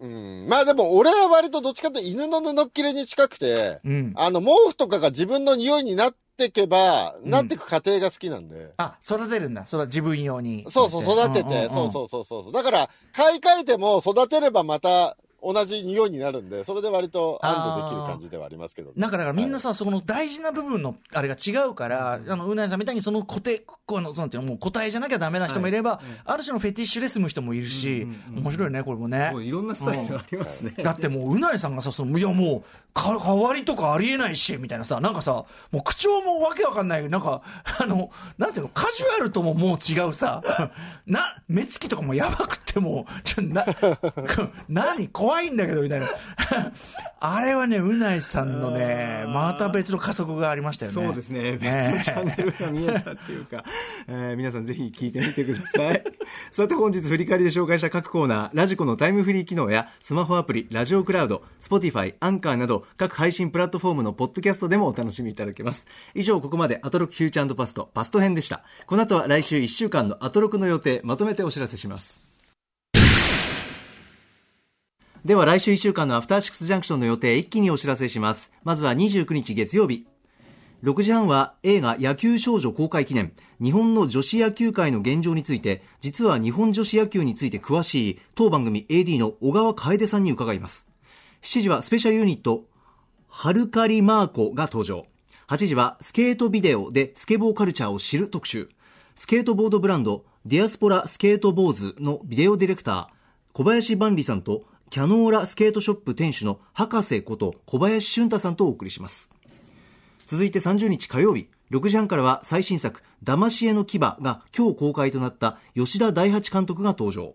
Speaker 4: うんまあでも俺は割とどっちかというと犬の布切れに近くて、
Speaker 3: うん
Speaker 4: あの毛布とかが自分の匂いになってけば、なってく過程が好きなんで。
Speaker 3: あ、育てるんだ。それは自分用に。
Speaker 4: そうそう、育て
Speaker 3: うんうんう
Speaker 4: て、
Speaker 3: ん
Speaker 4: そうそうそうそうそう。だから、買い替えても育てればまた同じ匂いになるんで、それで割と安堵できる感じではありますけどね、
Speaker 3: なんかだからみんな
Speaker 4: は
Speaker 3: さ、その大事な部分のあれが違うから、あの、うなえさんみたいにその固定、こうあの、なんていうの、もう答えじゃなきゃダメな人もいれば、ある種のフェティッシュで済む人もいるし、面白いね、これもね
Speaker 2: そう。いろんなスタイルありますね。
Speaker 3: だってもう、うなえさんがさ、その、いやもう、か、代わりとかありえないし、みたいなさ、なんかさ、もう口調もわけわかんない、なんか、あの、なんていうの、カジュアルとももう違うさ、な、目つきとかもやばくってもう、ちょ、な、何怖怖いんだけど、みたいな。あれはね、うないさんのね、また別の加速がありましたよね。
Speaker 2: そうですね。別のチャンネルが見えたっていうか、 えー皆さんぜひ聞いてみてください。 さて本日振り返りで紹介した各コーナー、ラジコのタイムフリー機能やスマホアプリ、ラジオクラウド、スポティファイ、アンカーなど各配信プラットフォームのポッドキャストでもお楽しみいただけます。以上ここまでアトロクフューチャーパスト、パスト編でした。この後は来週1週間のアトロクの予定、まとめてお知らせします。では来週1週間のアフターシックスジャンクションの予定一気にお知らせします。まずは29日月曜日。6時半は映画野球少女公開記念。日本の女子野球界の現状について、実は日本女子野球について詳しい当番組 AD の小川楓さんに伺います。7時はスペシャルユニット、ハルカリマーコが登場。8時はスケートビデオでスケボーカルチャーを知る特集。スケートボードブランド、ディアスポラスケートボーズのビデオディレクター、小林万里さんと、キャノーラスケートショップ店主の博士こと小林俊太さんとお送りします。続いて30日火曜日6時半からは最新作「騙し絵の牙」が今日公開となった吉田大八監督が登場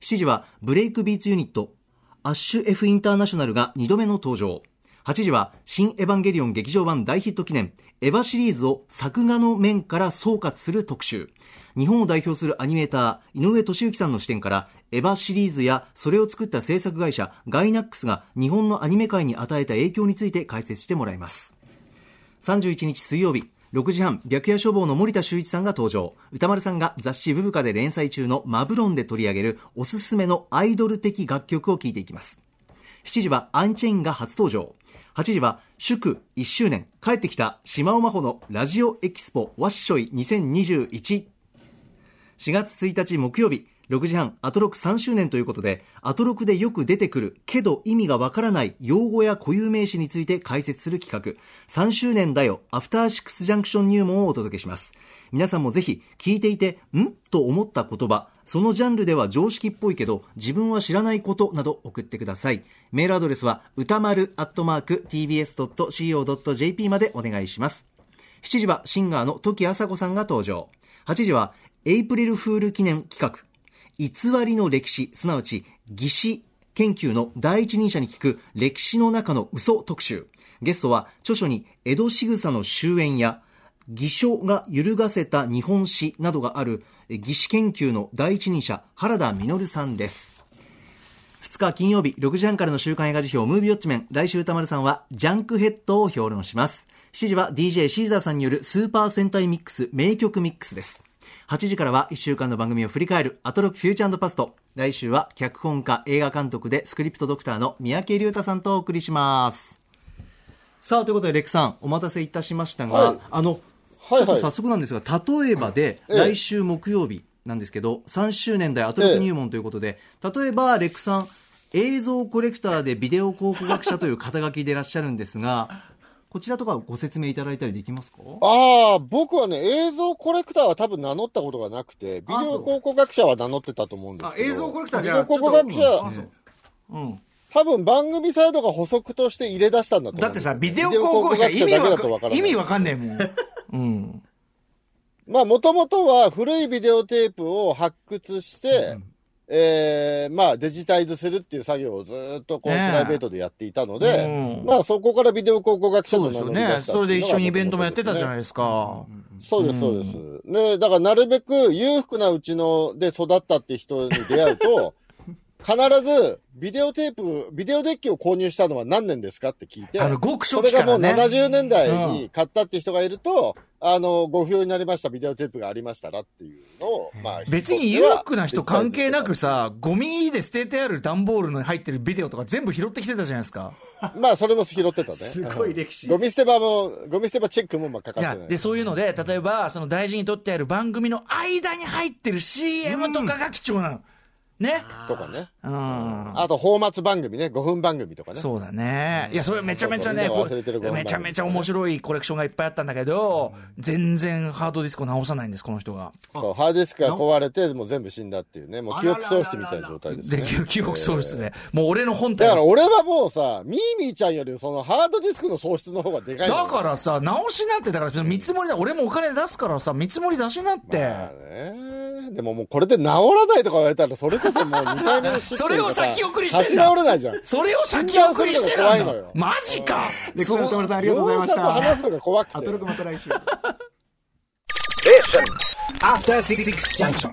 Speaker 2: 7時はブレイクビーツユニットアッシュ F インターナショナルが2度目の登場8時は「新エヴァンゲリオン劇場版大ヒット記念」エヴァシリーズを作画の面から総括する特集日本を代表するアニメーター井上俊之さんの視点からエヴァシリーズやそれを作った制作会社ガイナックスが日本のアニメ界に与えた影響について解説してもらいます31日水曜日6時半白夜消防の森田修一さんが登場歌丸さんが雑誌「ブブカ」で連載中の「マブロン」で取り上げるおすすめのアイドル的楽曲を聴いていきます7時は「アンチェイン」が初登場8時は「祝1周年帰ってきた島尾真帆のラジオエキスポわっしょい2021」4月1日木曜日6時半アトロク3周年ということでアトロクでよく出てくるけど意味がわからない用語や固有名詞について解説する企画3周年だよアフターシックスジャンクション入門をお届けします皆さんもぜひ聞いていてんと思った言葉そのジャンルでは常識っぽいけど自分は知らないことなど送ってくださいメールアドレスは歌丸アットマーク tbs.co.jp までお願いします7時はシンガーの時あさこさんが登場。8時はエイプリルフール記念企画。偽りの歴史、すなわち偽史研究の第一人者に聞く歴史の中の嘘特集。ゲストは著書に江戸仕草の終焉や偽書が揺るがせた日本史などがあるえ偽史研究の第一人者原田実さんです。2日金曜日6時半からの週刊映画辞表ムービーウォッチメン来週歌丸さんはジャンクヘッドを評論します7時は DJ シーザーさんによるスーパー戦隊ミックス名曲ミックスです8時からは1週間の番組を振り返るアトロックフューチャーパスト来週は脚本家映画監督でスクリプトドクターの三宅龍太さんとお送りしますさあということでレックさんお待たせいたしましたが、
Speaker 4: はい
Speaker 2: あの
Speaker 4: はいはい
Speaker 2: ちょっと早速なんですが例えばで、
Speaker 4: ええ
Speaker 2: 来週木曜日なんですけど3周年代アトロック入門ということで、例えばレックさん映像コレクターでビデオ考古学者という肩書きでいらっしゃるんですがこちらとかご説明いただいたりできますか
Speaker 4: ああ、僕はね、映像コレクターは多分名乗ったことがなくて、ビデ
Speaker 5: あそ
Speaker 4: オ
Speaker 5: う
Speaker 4: 考古学者は名乗ってたと思うんです
Speaker 5: あ
Speaker 4: けど。
Speaker 5: 映像コレクター
Speaker 4: ビ
Speaker 5: じ
Speaker 4: デ
Speaker 5: ゃ
Speaker 4: オ
Speaker 5: あちょ
Speaker 4: 考
Speaker 5: っ
Speaker 4: 古
Speaker 5: と
Speaker 4: 学者は、多分番組サイドが補足として入れ出したんだと思うん
Speaker 3: だって
Speaker 4: ですよ
Speaker 3: さ、
Speaker 4: ね
Speaker 3: ビデオ広告者、意
Speaker 4: ビ
Speaker 3: 味
Speaker 4: デオ考古学者だけ
Speaker 3: わ
Speaker 4: だと
Speaker 3: かん
Speaker 4: わからない
Speaker 3: 意味わかんねえもん。うん。
Speaker 4: まあ、もともとは古いビデオテープを発掘して、えーまあ、デジタイズするっていう作業をずっとこう、
Speaker 3: ねえ
Speaker 4: プライベートでやっていたので、
Speaker 3: うん
Speaker 4: まあ、そこからビデオ考古学者
Speaker 3: そ
Speaker 4: と
Speaker 3: うですよ
Speaker 4: 名乗り出した
Speaker 3: ね。
Speaker 4: って
Speaker 3: それで一緒にイベントもやってたじゃ
Speaker 4: い
Speaker 3: な
Speaker 4: うのが元々
Speaker 3: い
Speaker 4: ですね
Speaker 3: ですか。
Speaker 4: そうです、そうです。ね、だからなるべく裕福なうちので育ったって人に出会う と、必ずビデオテープ、ビデオデッキを購入したのは何年ですかって聞いて、
Speaker 3: あの、ごく
Speaker 4: そ
Speaker 3: 初
Speaker 4: れ
Speaker 3: 期
Speaker 4: が
Speaker 3: か
Speaker 4: も
Speaker 3: ら
Speaker 4: う
Speaker 3: ね。
Speaker 4: 70年代に買ったって人がいると、あの、ご不要になりましたビデオテープがありましたらっていうのを、まあ、
Speaker 3: 別に裕福な人関係なくさ、ゴミで捨ててある段ボールの入ってるビデオとか全部拾ってきてたじゃないですか。
Speaker 4: まあ、それも拾ってたね。
Speaker 2: ごい歴史
Speaker 4: ゴミ捨て場も、ゴミ捨て場チェックもまあ欠か
Speaker 3: じ
Speaker 4: せ
Speaker 3: ゃ
Speaker 4: な
Speaker 3: あ
Speaker 4: い。
Speaker 3: で、そういうので、例えば、その大事にとってある番組の間に入ってる CM とかが貴重なの。ね。
Speaker 4: とかね。
Speaker 3: うん。
Speaker 4: あと、放末番組ね、5分番組とかね。
Speaker 3: そうだね。いや、それめちゃめちゃね、
Speaker 4: そうそ
Speaker 3: こ
Speaker 4: うみんな忘れてるご飯
Speaker 3: うめちゃめちゃ面白いコレクションがいっぱいあったんだけど、全然ハードディスクを直さないんです、この人が。
Speaker 4: そう、ハードディスクが壊れて、もう全部死んだっていうね、もう記憶喪失みたいな状態です
Speaker 3: で
Speaker 4: ね。、
Speaker 3: 記憶喪失で。もう俺の本体が
Speaker 4: だから俺はもうさ、ミーミーちゃんよりそのハードディスクの喪失の方がでかいのよ
Speaker 3: だからさ、直しなんて、だから見積もりだ、俺もお金出すからさ、見積もり出しなって。
Speaker 4: まあね。でももうこれで治らないとか言われたら、それこそもう2回目のシックと
Speaker 3: そ
Speaker 4: か
Speaker 3: れを先送りしてんだ
Speaker 4: 立ち直れないじゃん。
Speaker 3: それを先送りして
Speaker 4: 怖
Speaker 3: る
Speaker 4: い
Speaker 3: ん
Speaker 4: の
Speaker 3: だ
Speaker 4: よ
Speaker 3: マジか
Speaker 2: で
Speaker 3: そう
Speaker 2: 草田村さんありがとうございまし
Speaker 4: 業者と話
Speaker 2: た
Speaker 4: すのが怖くて。
Speaker 2: アトロクまた来週
Speaker 9: After Six Junction.